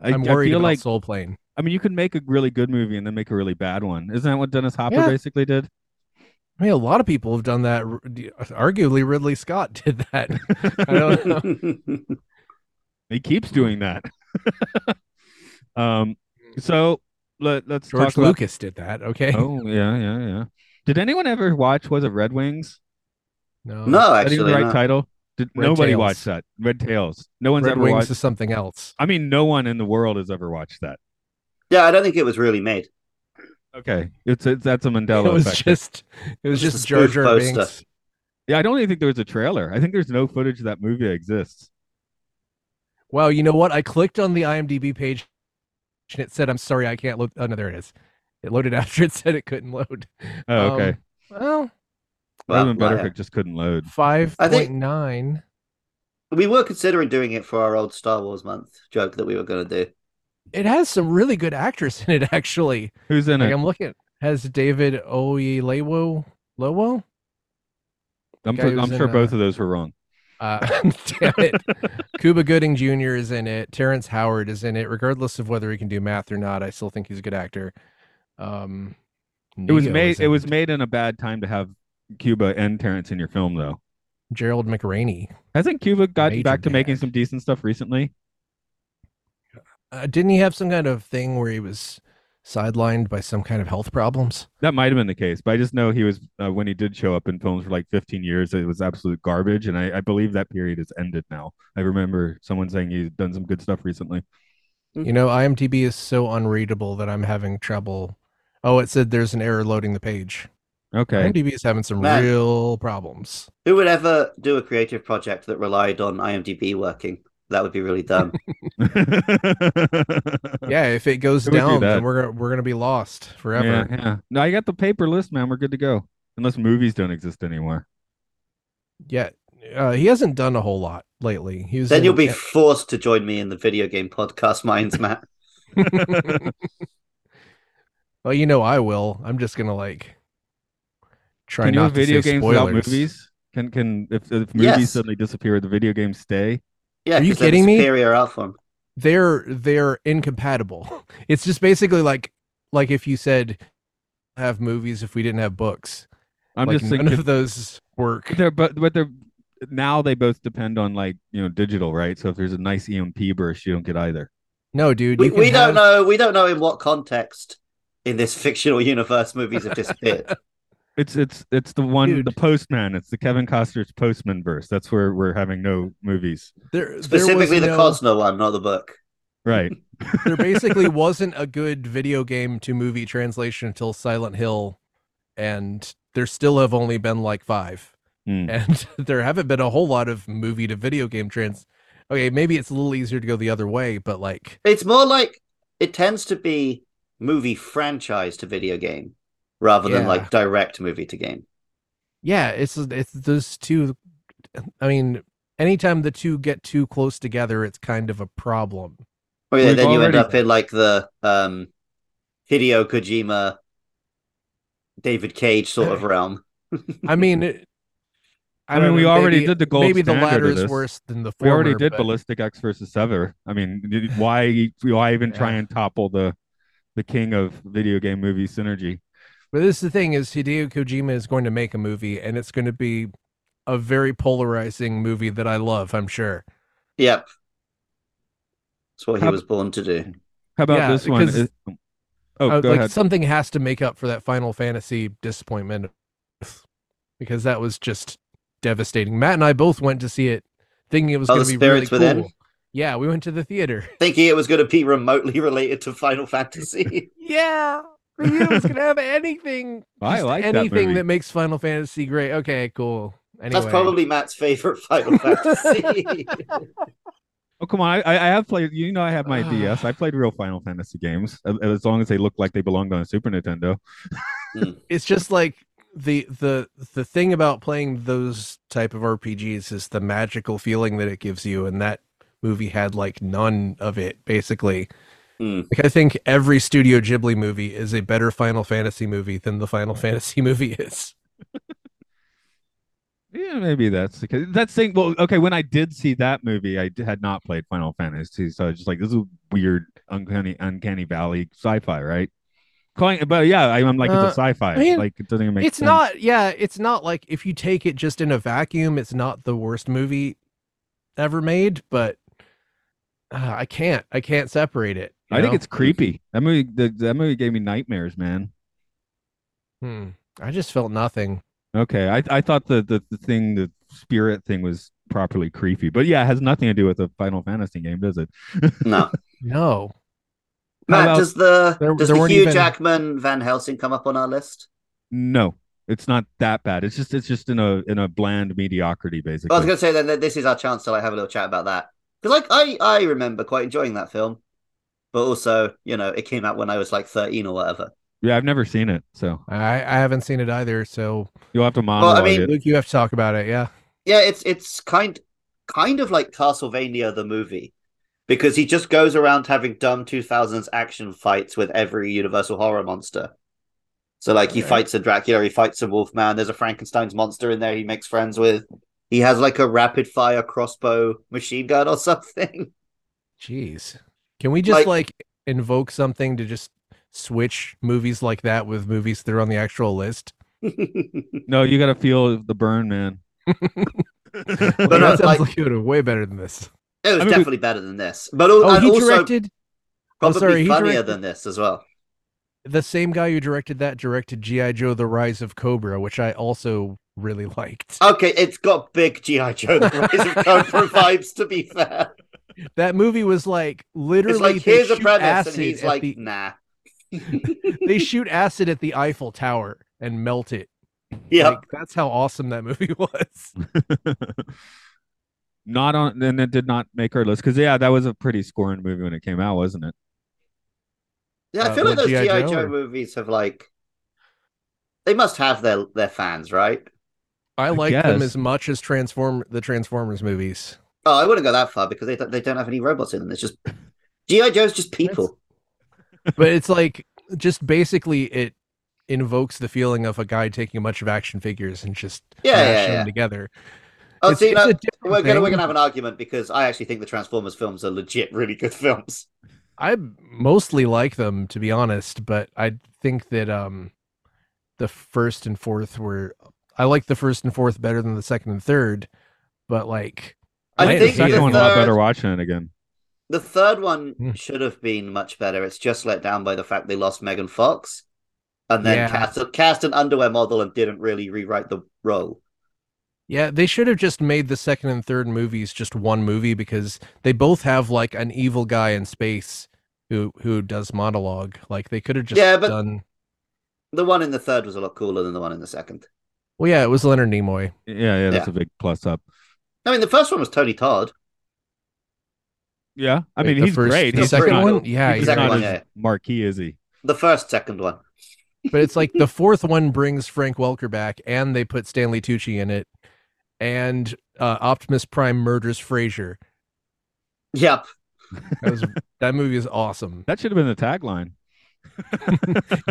Speaker 3: I,
Speaker 4: I'm
Speaker 3: I
Speaker 4: worried
Speaker 3: feel
Speaker 4: about
Speaker 3: like
Speaker 4: Soul Plane.
Speaker 3: I mean you can make a really good movie and then make a really bad one. Isn't that what Dennis Hopper
Speaker 4: Yeah.
Speaker 3: basically did?
Speaker 4: I mean, a lot of people have done that. R- Arguably, Ridley Scott did that. I don't know.
Speaker 3: he keeps doing that. um so let, let's
Speaker 4: George
Speaker 3: talk about
Speaker 4: Lucas did that. Okay.
Speaker 3: Oh yeah, yeah, yeah. Did anyone ever watch was it Red Wings?
Speaker 4: No.
Speaker 2: no,
Speaker 3: Is that even
Speaker 2: actually,
Speaker 3: the right
Speaker 2: not.
Speaker 3: title? Did
Speaker 4: Red
Speaker 3: nobody
Speaker 4: Tails.
Speaker 3: watched that? Red Tails. No one's
Speaker 4: Red
Speaker 3: ever
Speaker 4: Wings
Speaker 3: watched.
Speaker 4: is something else.
Speaker 3: I mean, no one in the world has ever watched that.
Speaker 2: yeah, I don't think it was really made.
Speaker 3: Okay, it's, it's that's a Mandela
Speaker 4: it was
Speaker 3: effect.
Speaker 4: just. It was
Speaker 2: It's
Speaker 4: just
Speaker 2: a
Speaker 4: Jar
Speaker 2: spoof
Speaker 4: Jar
Speaker 2: poster.
Speaker 4: Binks.
Speaker 3: yeah, I don't even think there was a trailer. I think there's no footage of that movie that exists.
Speaker 4: Wow. You know what? I clicked on the IMDb page, and it said, "I'm sorry, I can't load." Oh no, there it is. It loaded after it said it couldn't load.
Speaker 3: Oh,
Speaker 4: Um,
Speaker 3: okay.
Speaker 4: Well,
Speaker 3: Well,
Speaker 2: Well,
Speaker 3: Even better
Speaker 2: yeah.
Speaker 3: if it just couldn't load.
Speaker 4: five
Speaker 2: I think-
Speaker 4: point nine.
Speaker 2: We were considering doing it for our old Star Wars month joke that we were going to do.
Speaker 4: It has some really good actors in it, actually.
Speaker 3: Who's in
Speaker 4: Like
Speaker 3: it?
Speaker 4: I'm looking, has David Oyelowo Lowo?
Speaker 3: I'm,
Speaker 4: guy
Speaker 3: sure-
Speaker 4: who's
Speaker 3: I'm
Speaker 4: in,
Speaker 3: sure
Speaker 4: uh,
Speaker 3: both of those were wrong.
Speaker 4: Uh, damn it. Cuba Gooding Jr. is in it. Terrence Howard is in it. Regardless of whether he can do math or not, I still think he's a good actor. Um,
Speaker 3: It was
Speaker 4: Neo
Speaker 3: made.
Speaker 4: is
Speaker 3: It
Speaker 4: in
Speaker 3: was made in a bad time to have Cuba and Terrence in your film, though.
Speaker 4: Gerald McRaney.
Speaker 3: Hasn't Cuba gotten
Speaker 4: Major
Speaker 3: back to making
Speaker 4: bad.
Speaker 3: some decent stuff recently?
Speaker 4: Uh, didn't he have some kind of thing where he was sidelined by some kind of health problems?
Speaker 3: That might have been the case, but I just know he was uh, when he did show up in films for like 15 years. It was absolute garbage, and I, I believe that period has ended now. I remember someone saying he's done some good stuff recently.
Speaker 4: You know, IMDb is so unreadable that I'm having trouble. Oh, it said there's an error loading the page.
Speaker 3: Okay,
Speaker 4: IMDb is having some
Speaker 2: Man.
Speaker 4: real problems.
Speaker 2: Who would ever do a creative project that relied on IMDb working? That would be really dumb.
Speaker 3: yeah,
Speaker 4: Yeah, if it goes
Speaker 3: Who would do
Speaker 4: down,
Speaker 3: that?
Speaker 4: then we're gonna, we're gonna be lost forever.
Speaker 3: yeah. No, I got the paper list, man. We're good to go, unless movies don't exist anymore.
Speaker 4: Yeah, uh, he hasn't done a whole lot lately. He was
Speaker 2: then
Speaker 4: in-
Speaker 2: you'll be forced to join me in the video game podcast minds, Matt.
Speaker 4: well, you know, I will. I'm just gonna like try
Speaker 3: Can you
Speaker 4: not
Speaker 3: have video
Speaker 4: to say
Speaker 3: games
Speaker 4: spoilers.
Speaker 3: without movies? Can can if, if movies
Speaker 2: Yes.
Speaker 3: suddenly disappear, the video games stay?
Speaker 2: Yeah,
Speaker 4: Are you
Speaker 2: 'cause they're the
Speaker 4: kidding me?
Speaker 2: Superior art form.
Speaker 4: They're they're incompatible. It's just basically like like if you said have movies if we didn't have books.
Speaker 3: I'm
Speaker 4: like,
Speaker 3: just
Speaker 4: none
Speaker 3: thinking.
Speaker 4: of those work.
Speaker 3: they're but but they're now they both depend on like you know digital right so if there's a nice emp burst you don't get either
Speaker 4: No, dude.
Speaker 2: We,
Speaker 4: you can
Speaker 2: we don't
Speaker 4: have-
Speaker 2: know. We don't know in what context in this fictional universe movies have disappeared.
Speaker 3: it's it's it's the one the
Speaker 4: Dude.
Speaker 3: postman it's the kevin costner's postman burst that's where we're having no movies
Speaker 4: There, there was
Speaker 2: Specifically, the
Speaker 4: no-
Speaker 2: Cosmo one, not the book.
Speaker 3: right
Speaker 4: there basically wasn't a good video game to movie translation until Silent Hill, and there still have only been like five,
Speaker 3: Hmm.
Speaker 4: and there haven't been a whole lot of movie to video game trans. Okay, maybe it's a little easier to go the other way, but like,
Speaker 2: It's more like it tends to be movie franchise to video game rather than
Speaker 4: Yeah.
Speaker 2: like direct movie to game.
Speaker 4: yeah, it's it's those two. I mean, anytime the two get too close together, it's kind of a problem.
Speaker 2: Or Oh, yeah,
Speaker 3: We've
Speaker 2: then you end
Speaker 3: already-
Speaker 2: up in like the um, Hideo Kojima, David Cage sort of realm.
Speaker 4: I mean. It,
Speaker 3: I mean,
Speaker 4: don't
Speaker 3: we
Speaker 4: know,
Speaker 3: already
Speaker 4: maybe-
Speaker 3: did the gold
Speaker 4: Maybe the
Speaker 3: standard
Speaker 4: latter
Speaker 3: of
Speaker 4: is
Speaker 3: this.
Speaker 4: worse than the
Speaker 3: we
Speaker 4: former.
Speaker 3: already did
Speaker 4: but-
Speaker 3: ballistic x versus sever i mean did- why why even try
Speaker 4: Yeah.
Speaker 3: and topple the the king of video game movie synergy
Speaker 4: But this is the thing is Hideo Kojima is going to make a movie and it's going to be a very polarizing movie that I love, I'm sure.
Speaker 2: Yep. That's what he
Speaker 3: How-
Speaker 2: was born to do.
Speaker 3: how about
Speaker 4: Yeah,
Speaker 3: this one
Speaker 4: because-
Speaker 3: Is- oh
Speaker 4: Uh,
Speaker 3: go
Speaker 4: like
Speaker 3: ahead
Speaker 4: something has to make up for that Final Fantasy disappointment because that was just devastating. Matt and I both went to see it thinking it was
Speaker 2: Oh,
Speaker 4: going
Speaker 2: The
Speaker 4: to be really
Speaker 2: Spirits Within?
Speaker 4: cool. Yeah, we went to the theater.
Speaker 2: Thinking it was going to be remotely related to Final Fantasy.
Speaker 4: Yeah. The knew it was going to have anything.
Speaker 3: I
Speaker 4: just
Speaker 3: like that
Speaker 4: anything
Speaker 3: movie.
Speaker 4: makes Final Fantasy great. Okay, cool. Anyway.
Speaker 2: That's probably Matt's favorite Final Fantasy.
Speaker 3: Oh come on! I, I I have played. You know, I have
Speaker 4: Ah.
Speaker 3: my DS. I played real Final Fantasy games a- as long as they look like they belonged on a Super Nintendo.
Speaker 4: it's just like the the the thing about playing those type of RPGs is the magical feeling that it gives you and that movie had like none of it basically.
Speaker 2: Hmm.
Speaker 4: Like I think every Studio Ghibli movie is a better Final Fantasy movie than the Final Fantasy movie is.
Speaker 3: Yeah, maybe that's because that's saying. Well, okay, when I did see that movie, I d- had not played Final Fantasy, so I was just like, this is a weird, uncanny, uncanny valley sci-fi, right? Calling, but yeah, I, I'm like, it's a
Speaker 4: Uh,
Speaker 3: sci-fi.
Speaker 4: I mean,
Speaker 3: like, it doesn't even make.
Speaker 4: It's
Speaker 3: sense.
Speaker 4: not yeah, it's not like if you take it just in a vacuum, it's not the worst movie ever made, but uh, I can't I can't separate it. you
Speaker 3: I think
Speaker 4: know?
Speaker 3: it's creepy. That movie, the, that movie gave me nightmares, man.
Speaker 4: Hmm. I just felt nothing.
Speaker 3: Okay, I I thought the the, the thing, the spirit thing, was properly creepy, but yeah, it has nothing to do with the Final Fantasy game, does it?
Speaker 2: no,
Speaker 4: No.
Speaker 2: Matt,
Speaker 3: about-
Speaker 2: does the
Speaker 4: There-
Speaker 2: does
Speaker 4: there
Speaker 2: the
Speaker 4: weren't
Speaker 2: Hugh
Speaker 4: even-
Speaker 2: Jackman Van Helsing come up on our list?
Speaker 3: No, it's not that bad. It's just it's just in a in a bland mediocrity, basically.
Speaker 2: I was going to say then that this is our chance to like have a little chat about that because like I I remember quite enjoying that film, but also you know it came out when I was like thirteen or whatever.
Speaker 3: Yeah, I've never seen it, so
Speaker 4: I, I haven't seen it either. So
Speaker 3: you'll have to monologue
Speaker 2: mean-
Speaker 3: it.
Speaker 4: Luke, you have to talk about it. Yeah.
Speaker 2: Yeah, it's it's kind kind of like Castlevania the movie because he just goes around having dumb two thousands action fights with every Universal horror monster. So like he
Speaker 4: Okay.
Speaker 2: fights a Dracula, he fights a Wolfman. There's a Frankenstein's monster in there. He makes friends with. He has like a rapid fire crossbow machine gun or something.
Speaker 4: Jeez. Can we just like,
Speaker 2: Like-
Speaker 4: invoke something to just switch movies like that with movies that are on the actual list?
Speaker 3: No, you got to feel the burn, man.
Speaker 4: Like,
Speaker 2: no,
Speaker 4: that sounds
Speaker 2: like-
Speaker 4: like it would have way better than this.
Speaker 2: It was
Speaker 3: mean, we-
Speaker 2: definitely better than this, but al-
Speaker 4: Oh,
Speaker 2: and
Speaker 4: he
Speaker 2: also
Speaker 4: directed oh,
Speaker 2: probably
Speaker 4: sorry, he
Speaker 2: funnier
Speaker 4: directed-
Speaker 2: than this as well.
Speaker 4: the same guy who directed that directed G.I. Joe The Rise of Cobra, which I also really liked.
Speaker 2: Okay, it's got big GI Joe the Rise of Cobra vibes. To be fair,
Speaker 4: that movie was like literally
Speaker 2: it's like
Speaker 4: they
Speaker 2: here's a
Speaker 4: shoot
Speaker 2: premise,
Speaker 4: acid
Speaker 2: and he's
Speaker 4: at
Speaker 2: like,
Speaker 4: the-
Speaker 2: nah.
Speaker 4: they shoot acid at the Eiffel Tower and melt it.
Speaker 2: Yeah,
Speaker 4: Like, that's how awesome that movie was.
Speaker 3: not on, and it did not make our list because yeah, that was a pretty scoring movie when it came out, wasn't it?
Speaker 2: yeah. I
Speaker 4: uh,
Speaker 2: feel like
Speaker 4: what,
Speaker 2: those
Speaker 4: G.I.
Speaker 2: GI Joe,
Speaker 4: Joe or-
Speaker 2: movies have like they must have their their fans, right?
Speaker 4: I like
Speaker 3: guess.
Speaker 4: them as much as Transform the Transformers movies.
Speaker 2: Oh, I wouldn't go that far because they don't, they don't have any robots in them. It's just GI Joe's just people.
Speaker 4: But it's like just basically it invokes the feeling of a guy taking a bunch of action figures and just
Speaker 2: Yeah,
Speaker 4: mashing
Speaker 2: yeah, yeah.
Speaker 4: them together.
Speaker 2: Oh,
Speaker 4: It's-
Speaker 2: see,
Speaker 4: it's
Speaker 2: no,
Speaker 4: a different
Speaker 2: we're gonna we're
Speaker 4: thing.
Speaker 2: gonna have an argument because I actually think the Transformers films are legit, really good films.
Speaker 4: I mostly like them to be honest, but I think that um the first and fourth were I like the first and fourth better than the second and third, but like
Speaker 2: I
Speaker 4: Wait,
Speaker 3: the
Speaker 2: think
Speaker 3: second
Speaker 2: the
Speaker 3: one a lot
Speaker 2: third-
Speaker 3: better watching it again.
Speaker 2: The third one
Speaker 4: Hmm.
Speaker 2: should have been much better. It's just let down by the fact they lost Megan Fox and then
Speaker 4: Yeah.
Speaker 2: cast, cast an underwear model and didn't really rewrite the role.
Speaker 4: Yeah, they should have just made the second and third movies just one movie because they both have like an evil guy in space who who does monologue. Like they could have just
Speaker 2: Yeah, but-
Speaker 4: done.
Speaker 2: The one in the third was a lot cooler than the one in the second.
Speaker 4: Well, yeah, it was Leonard Nimoy.
Speaker 3: Yeah, yeah, that's a big plus up.
Speaker 2: I mean, the first one was Tony Todd.
Speaker 3: Yeah, I
Speaker 4: Wait,
Speaker 3: mean
Speaker 4: the
Speaker 3: he's
Speaker 4: first-
Speaker 3: great.
Speaker 4: The
Speaker 3: He's
Speaker 4: second
Speaker 3: not,
Speaker 4: one, yeah,
Speaker 3: he's
Speaker 4: you're
Speaker 2: Second
Speaker 3: not
Speaker 4: right.
Speaker 2: one,
Speaker 3: as
Speaker 2: yeah.
Speaker 3: marquee, is he?
Speaker 2: The first, second one.
Speaker 4: but it's like the fourth one brings Frank Welker back, and they put Stanley Tucci in it, and uh, Optimus Prime murders Frasier.
Speaker 2: Yep.
Speaker 4: That was that movie is awesome.
Speaker 3: That should have been the tagline.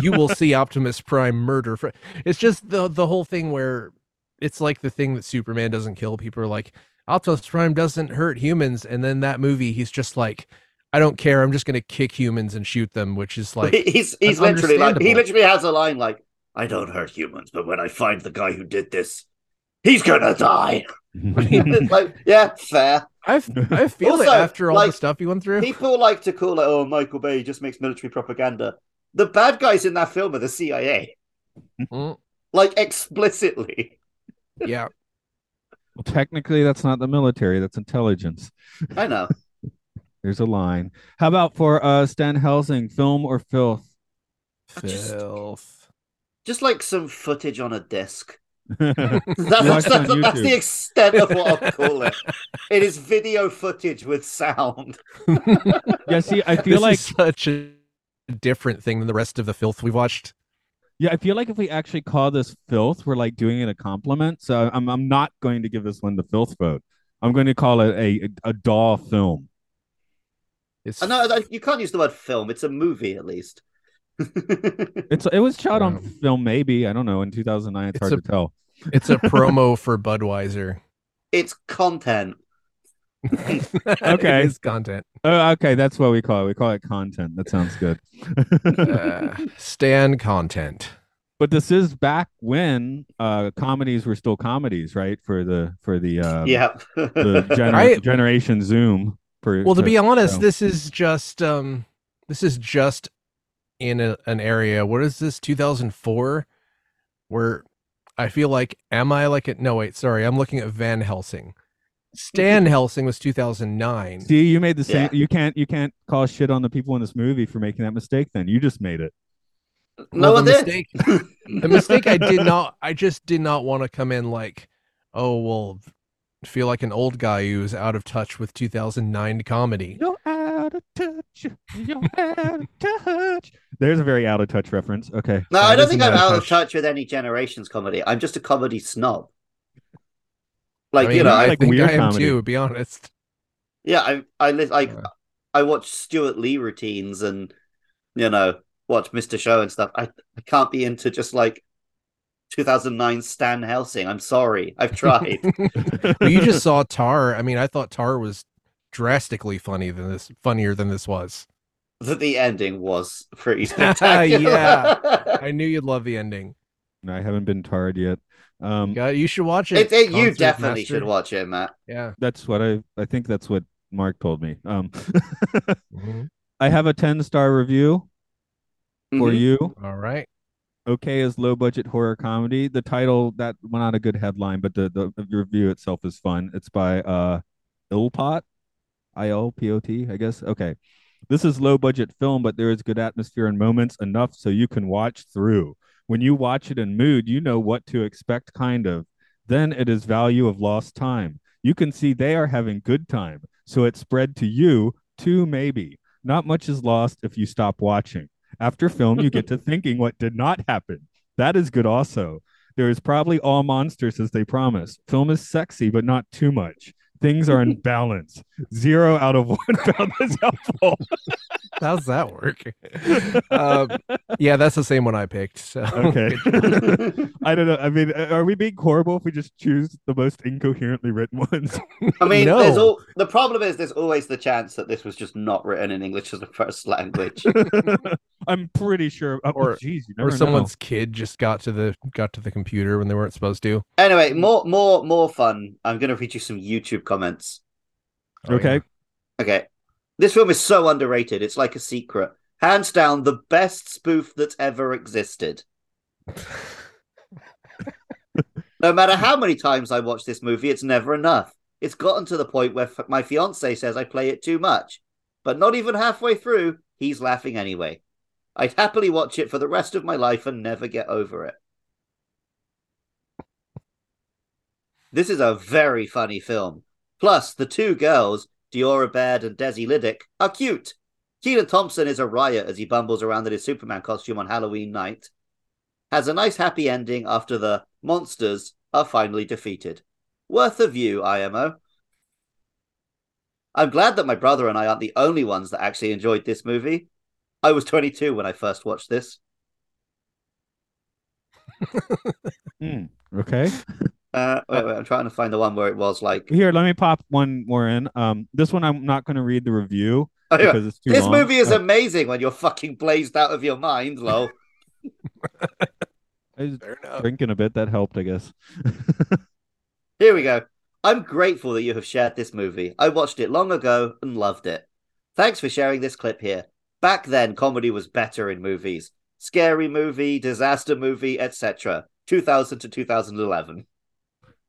Speaker 4: you will see Optimus Prime murder. Fra- It's just the the whole thing where it's like the thing that Superman doesn't kill. People are like, Optimus Prime doesn't hurt humans, and then that movie, he's just like, I don't care. I'm just gonna kick humans and shoot them, which is like,
Speaker 2: he's he's
Speaker 4: that's
Speaker 2: literally like he
Speaker 4: understandable.
Speaker 2: literally has a line like, "I don't hurt humans, but when I find the guy who did this, he's gonna die." like, yeah, fair.
Speaker 4: I f- I feel it
Speaker 2: Also,
Speaker 4: after all
Speaker 2: like,
Speaker 4: the stuff he went through.
Speaker 2: People like to call it, "Oh, Michael Bay just makes military propaganda." The bad guys in that film are the CIA.
Speaker 4: Mm,
Speaker 2: like explicitly.
Speaker 4: yeah,
Speaker 3: Well, technically, that's not the military. That's intelligence.
Speaker 2: I know.
Speaker 3: There's a line. How about for uh, Stan Helsing, film or filth?
Speaker 2: I just-
Speaker 4: Filth.
Speaker 2: Just like some footage on a disc.
Speaker 3: That's
Speaker 2: That's,
Speaker 3: Watch
Speaker 2: that's,
Speaker 3: on
Speaker 2: that's the
Speaker 3: YouTube.
Speaker 2: extent of what I'll call it. It is video footage with sound.
Speaker 3: Yeah, see, I
Speaker 4: This
Speaker 3: feel like
Speaker 4: is such a different thing than the rest of the filth we've watched.
Speaker 3: yeah, I feel like if we actually call this filth, we're like doing it a compliment. So I'm I'm not going to give this one the filth vote. I'm going to call it a a, doll film.
Speaker 4: It's
Speaker 2: I know that- you can't use the word film. It's a movie, at least.
Speaker 3: It's it was shot on
Speaker 4: Wow.
Speaker 3: film, maybe I don't know. In 2009, it's,
Speaker 4: It's
Speaker 3: hard
Speaker 4: a-
Speaker 3: to tell.
Speaker 4: it's a promo for Budweiser.
Speaker 2: it's content.
Speaker 3: Okay.
Speaker 4: it is content.
Speaker 3: Oh, okay, that's what we call it. We call it content. That sounds good.
Speaker 4: Uh, stand content.
Speaker 3: but this is back when uh comedies were still comedies, right? For the for the
Speaker 4: Um,
Speaker 3: uh
Speaker 2: yeah.
Speaker 3: the gener-
Speaker 4: I-
Speaker 3: generation Zoom. For
Speaker 4: Well, to be honest,
Speaker 3: so-
Speaker 4: this is just um, this is just in a, an area. What is this? 2004, where I feel like am I like it? No, wait, sorry, I'm looking at Van Helsing. Stan Helsing was 2009.
Speaker 3: See, you made the same.
Speaker 2: Yeah.
Speaker 3: You can't. You can't call shit on the people in this movie for making that mistake. Then you just made it.
Speaker 2: no
Speaker 4: Well,
Speaker 2: one
Speaker 4: the
Speaker 2: did.
Speaker 4: mistake, the mistake I did not. I just did not want to come in like, oh well, feel like an old guy who's out of touch with 2009 comedy.
Speaker 3: You're out of touch. You're out of touch. There's a very out of touch reference. Okay.
Speaker 2: No, I
Speaker 3: That
Speaker 2: don't
Speaker 3: is
Speaker 2: think
Speaker 3: an
Speaker 2: I'm out of touch with any generations comedy. I'm just a comedy snob. Like
Speaker 4: I mean,
Speaker 2: you know,
Speaker 4: I
Speaker 2: I,
Speaker 3: like
Speaker 4: think
Speaker 3: weird
Speaker 4: I am
Speaker 3: comedy.
Speaker 4: too. Be honest.
Speaker 2: yeah, I I li- like
Speaker 4: Yeah.
Speaker 2: I watch Stuart Lee routines and you know watch Mr. Show and stuff. I I can't be into just like 2009 Stan Helsing. I'm sorry, I've tried.
Speaker 4: Well, you just saw Tar. I mean, I thought Tar was drastically funny than this, funnier than this was.
Speaker 2: that the ending was pretty spectacular.
Speaker 4: I knew you'd love the ending.
Speaker 3: No, I haven't been tarred yet. Um,
Speaker 4: God, you should watch it.
Speaker 2: It, it- you
Speaker 4: Concert
Speaker 2: definitely
Speaker 4: Master.
Speaker 2: should watch it, Matt.
Speaker 4: Yeah.
Speaker 3: that's what I. I think that's what Mark told me. Um, I have a ten star review for
Speaker 2: Mhm.
Speaker 3: you.
Speaker 4: All right.
Speaker 3: Okay, is low budget horror comedy. The title that went on a good headline, but the the, the review itself is fun. It's by uh, Ilpot, I L P O T, I guess. Okay, this is low budget film, but there is good atmosphere and moments enough so you can watch through. When you watch it in mood, you know what to expect, kind of. Then it is value of lost time. You can see they are having good time, so it spread to you too, maybe. Not much is lost if you stop watching. After film, you get to thinking what did not happen. That is good also. There is probably all monsters as they promise. Film is sexy, but not too much. Things are in balance. Zero out of one found this helpful.
Speaker 4: How's that work? um, yeah, that's the same one I picked. So
Speaker 3: Okay. I don't know. I mean, are we being horrible if we just choose the most incoherently written ones?
Speaker 2: I mean,
Speaker 4: No.
Speaker 2: there's all the problem is there's always the chance that this was just not written in English as a first language.
Speaker 3: I'm pretty sure. Oh,
Speaker 4: Or-
Speaker 3: geez, you never
Speaker 4: or
Speaker 3: know.
Speaker 4: someone's kid just got to the got to the computer when they weren't supposed to.
Speaker 2: anyway, more more more fun. I'm gonna read you some YouTube comments.
Speaker 4: Oh,
Speaker 3: okay.
Speaker 4: yeah.
Speaker 2: Okay. This film is so underrated, it's like a secret. Hands down, the best spoof that's ever existed. No matter how many times I watch this movie, it's never enough. It's gotten to the point where f- my fiance says I play it too much. But not even halfway through, he's laughing anyway. I'd happily watch it for the rest of my life and never get over it. This is a very funny film. Plus, the two girls, Diora Baird and Desi Liddick, are cute. Keelan Thompson is a riot as he bumbles around in his Superman costume on Halloween night has a nice happy ending after the monsters are finally defeated. Worth a view, IMO. I'm glad that my brother and I aren't the only ones that actually enjoyed this movie. I was 22 when I first watched this.
Speaker 3: Hmm, okay.
Speaker 2: Uh, wait, wait, I'm trying to find the one where it was like.
Speaker 3: Here, let me pop one more in. Um, this one I'm not going to read the review
Speaker 2: Oh, yeah.
Speaker 3: because it's too
Speaker 2: This
Speaker 3: long.
Speaker 2: movie is
Speaker 3: Uh,
Speaker 2: amazing when you're fucking blazed out of your mind, lol.
Speaker 3: I was
Speaker 4: Fair
Speaker 2: Uh,
Speaker 4: enough.
Speaker 3: drinking a bit. That helped, I guess.
Speaker 2: Here we go. I'm grateful that you have shared this movie. I watched it long ago and loved it. Thanks for sharing this clip here. Back then, comedy was better in movies. Scary movie, disaster movie, etc. 2000 to 2011.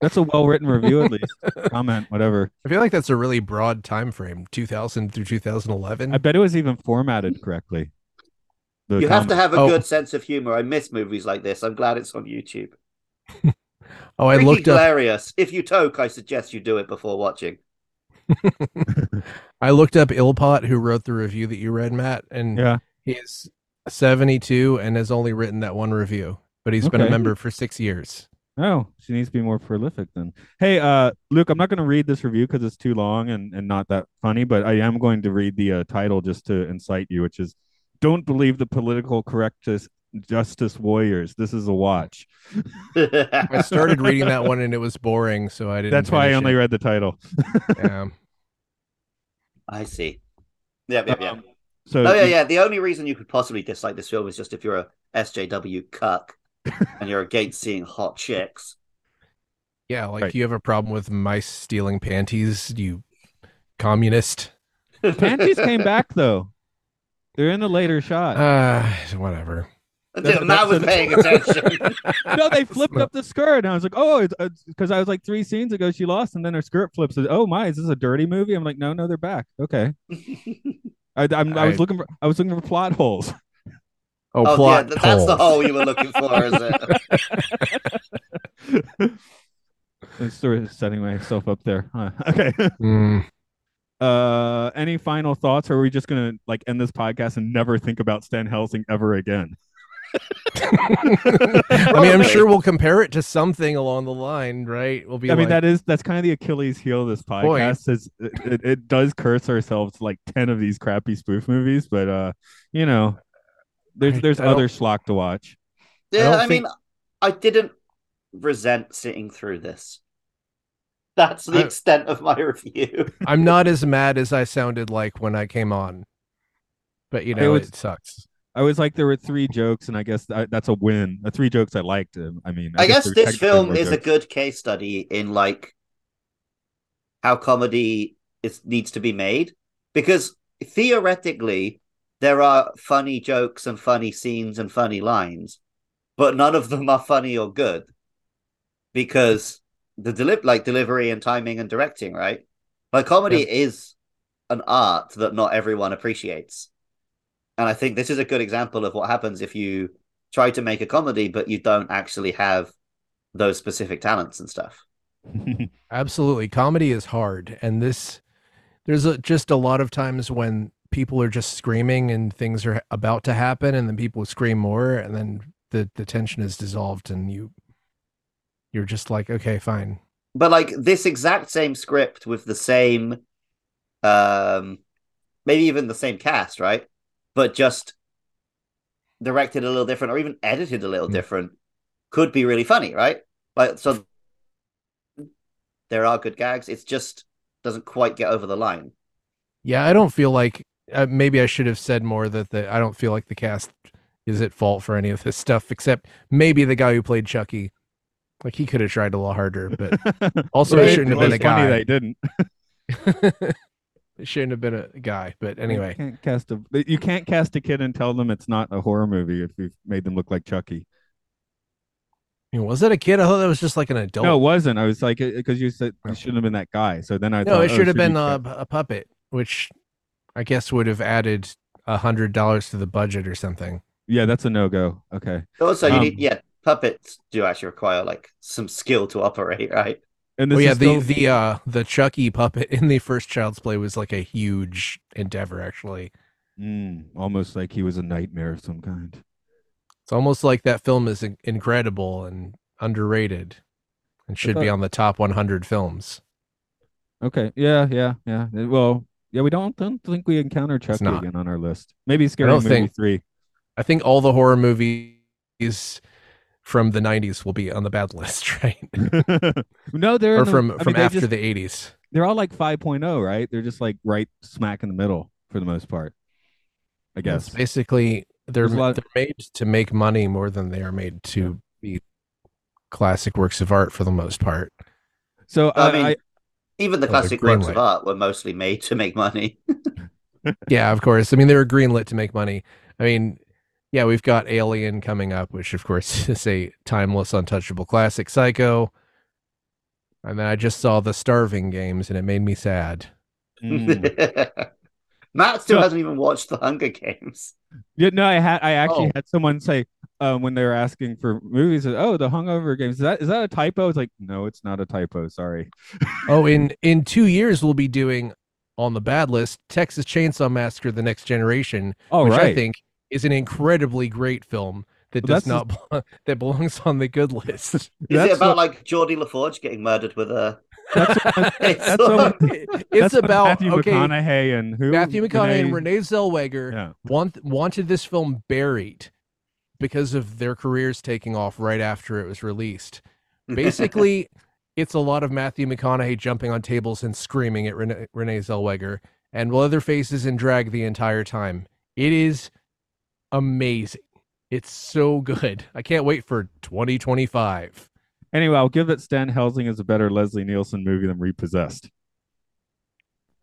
Speaker 3: That's a well written review, at least. Comment, whatever.
Speaker 4: I feel like that's a really broad time frame, 2000 through 2011.
Speaker 3: I bet it was even formatted correctly. The
Speaker 2: Mm. you have to
Speaker 3: comment.
Speaker 2: have a
Speaker 4: Oh.
Speaker 2: good sense of humor. I miss movies like this. I'm glad it's on YouTube.
Speaker 4: oh, I
Speaker 2: Pretty
Speaker 4: looked up
Speaker 2: hilarious. If you toke, I suggest you do it before watching.
Speaker 4: I looked up Ilpot who wrote the review that you read, Matt, and
Speaker 3: Yeah.
Speaker 4: he is 72 and has only written that one review, but he's been a
Speaker 3: Okay.
Speaker 4: member for 6 years.
Speaker 3: Oh, she needs to be more prolific then. Hey, uh, Luke, I'm not going to read this review because it's too long and, and not that funny, but I am going to read the uh, title just to incite you, which is Don't Believe the Political Correctus Justice Warriors. This is a watch.
Speaker 4: I started reading that one and it was boring, so I didn't
Speaker 3: That's why I only
Speaker 4: finish
Speaker 3: read the title.
Speaker 4: it. Yeah.
Speaker 2: I see. Yep, yep, yep.
Speaker 3: Um, So
Speaker 2: oh yeah,
Speaker 3: you-
Speaker 2: yeah. The only reason you could possibly dislike this film is just if you're a SJW cuck and you're against seeing hot chicks.
Speaker 4: Yeah, like
Speaker 3: Right.
Speaker 4: you have a problem with mice stealing panties, you communist.
Speaker 3: panties came back though. They're in a later shot.
Speaker 4: Uh, whatever.
Speaker 2: That, was paying attention.
Speaker 3: no, they flipped up the skirt, and I was like, "Oh, it's because I was like three scenes ago she lost, and then her skirt flips." And, oh my, is this a dirty movie? I'm like, "No, no, they're back." Okay, I, I'm, I
Speaker 4: I-
Speaker 3: was looking for I was looking for plot holes.
Speaker 4: Oh,
Speaker 2: oh yeah,
Speaker 4: plot
Speaker 2: th- that's the
Speaker 4: hole.
Speaker 2: hole you were looking for, is it?
Speaker 3: I'm sort of setting myself up there. Huh. Okay.
Speaker 4: Mm.
Speaker 3: Uh, any final thoughts, or are we just gonna like end this podcast and never think about Stan Helsing ever again?
Speaker 4: I mean, I'm sure we'll compare it to something along the line, right? We'll be
Speaker 3: I mean,
Speaker 4: like,
Speaker 3: that is that's kind of the Achilles heel of this
Speaker 4: Point.
Speaker 3: podcast. Is it, it, it does curse ourselves to like ten of these crappy spoof movies, but uh, you know, there's
Speaker 4: I-
Speaker 3: there's
Speaker 4: I don't-
Speaker 3: other schlock to watch.
Speaker 2: Yeah,
Speaker 4: don't
Speaker 2: I, mean, I didn't resent sitting through this. That's the
Speaker 4: I-
Speaker 2: extent of my review.
Speaker 4: I'm not as mad as I sounded like when I came on. But you
Speaker 3: It
Speaker 4: know,
Speaker 3: was-
Speaker 4: it sucks.
Speaker 3: I was like, there were three jokes, and I guess tha- that's a win. The three jokes I liked. um, I mean,
Speaker 2: I guess
Speaker 3: there were
Speaker 2: this
Speaker 3: technically
Speaker 2: film
Speaker 3: more
Speaker 2: is a
Speaker 3: jokes.
Speaker 2: good case study in like how comedy is needs to be made because theoretically there are funny jokes and funny scenes and funny lines, but none of them are funny or good because the deli- like delivery and timing and directing, right? Like comedy is an art that not everyone appreciates. And I think this is a good example of what happens if you try to make a comedy, but you don't actually have those specific talents and stuff.
Speaker 4: Absolutely. Comedy is hard. And this, there's a, just a lot of times when people are just screaming and things are about to happen, and then people scream more, and then the, the tension is dissolved, and you, you're just like, okay, fine.
Speaker 2: But like this exact same script with the same, um, maybe even the same cast, right? But just directed a little different, or even edited a little
Speaker 4: Hmm.
Speaker 2: different, could be really funny, right? Like so, there are good gags. It's just doesn't quite get over the line.
Speaker 4: Yeah, I don't feel like uh, maybe I should have said more that the, I don't feel like the cast is at fault for any of this stuff, except maybe the guy who played Chucky. Like he could have tried a little harder, but also
Speaker 2: Right,
Speaker 4: it shouldn't have
Speaker 2: well,
Speaker 4: been a
Speaker 3: It's funny
Speaker 4: guy.
Speaker 3: They didn't.
Speaker 4: it shouldn't have been a guy. But
Speaker 3: you
Speaker 4: anyway,
Speaker 3: can't cast a you can't cast a kid and tell them it's not a horror movie if you've made them look like Chucky.
Speaker 4: I mean, was that a kid? I thought that was just like an adult.
Speaker 3: No, it wasn't. I was like, because you said
Speaker 4: Oh.
Speaker 3: it shouldn't have been that guy. So then I
Speaker 4: No,
Speaker 3: thought,
Speaker 4: it
Speaker 3: oh,
Speaker 4: should have been uh,
Speaker 3: be
Speaker 4: a, a puppet, which I guess would have added a hundred dollars to the budget or something.
Speaker 3: Yeah, that's a no go. Okay.
Speaker 2: Also, you
Speaker 3: Um,
Speaker 2: need yeah, puppets do actually require like some skill to operate, right?
Speaker 3: And this
Speaker 4: Oh yeah,
Speaker 3: is
Speaker 4: the
Speaker 3: still-
Speaker 4: the uh the Chucky puppet in the first Child's Play was like a huge endeavor. Actually,
Speaker 3: Mm, almost like he was a nightmare of some kind.
Speaker 4: It's almost like that film is in- incredible and underrated and should be
Speaker 3: thought-
Speaker 4: on the top 100 films.
Speaker 3: Okay. Yeah, yeah, yeah. Uh, Well, yeah, we don't don't think we encounter Chucky
Speaker 4: not.
Speaker 3: again on our list. Maybe Scary
Speaker 4: don't
Speaker 3: Movie
Speaker 4: think-
Speaker 3: Three.
Speaker 4: I think all the horror movies from the 90s will be on the bad list, right?
Speaker 3: no, they're in
Speaker 4: or
Speaker 3: the-
Speaker 4: from
Speaker 3: I mean,
Speaker 4: from
Speaker 3: they
Speaker 4: after
Speaker 3: just-
Speaker 4: the 80s.
Speaker 3: They're all like 5.0, right? They're just like right smack in the middle for the most part. I
Speaker 4: It's
Speaker 3: guess.
Speaker 4: basically they're
Speaker 3: There's a lot-
Speaker 4: they're made to make money more than they are made to be classic works of art for the most part.
Speaker 3: So
Speaker 2: I
Speaker 3: I,
Speaker 2: mean,
Speaker 3: I
Speaker 2: Even the
Speaker 4: Well, oh, the
Speaker 2: classic
Speaker 4: green
Speaker 2: works of
Speaker 4: light.
Speaker 2: art were mostly made to make money.
Speaker 4: Yeah, of course. I mean, they were greenlit to make money. I mean, yeah, we've got Alien coming up, which of course is a timeless, untouchable classic. Psycho, And then I just saw the starving games and it made me sad. Hmm.
Speaker 3: Mm.
Speaker 2: Matt still
Speaker 3: No.
Speaker 2: hasn't even watched the Hunger Games.
Speaker 3: Yeah, no, I had I actually
Speaker 4: Oh.
Speaker 3: had someone say um, when they were asking for movies, that, oh, the Hungover games. Is that is that a typo? It's like, no, it's not a typo. Sorry.
Speaker 4: Oh, in in two years we'll be doing on the bad list Texas Chainsaw Massacre: The Next Generation,
Speaker 3: All
Speaker 4: which
Speaker 3: Oh, right.
Speaker 4: I think is an incredibly great film that
Speaker 3: Well,
Speaker 4: does
Speaker 3: that's
Speaker 4: not belo- that belongs on the good list.
Speaker 2: Is
Speaker 3: That's
Speaker 2: it about
Speaker 3: what-
Speaker 2: like Geordie LaForge getting murdered with a?
Speaker 3: That's what- that's
Speaker 2: Sword?
Speaker 3: what-
Speaker 4: it's
Speaker 3: That's what
Speaker 4: about
Speaker 3: Matthew
Speaker 4: okay,
Speaker 3: McConaughey and who
Speaker 4: Matthew McConaughey and
Speaker 3: Renee-
Speaker 4: Renee Zellweger
Speaker 3: Yeah.
Speaker 4: want, wanted this film buried because of their careers taking off right after it was released. Basically, it's a lot of Matthew McConaughey jumping on tables and screaming at Renee, Renee Zellweger and Leatherface is in drag the entire time. It is amazing. It's so good. I can't wait for 2025.
Speaker 3: Anyway, I'll give that Stan Helsing is a better Leslie Nielsen movie than Repossessed.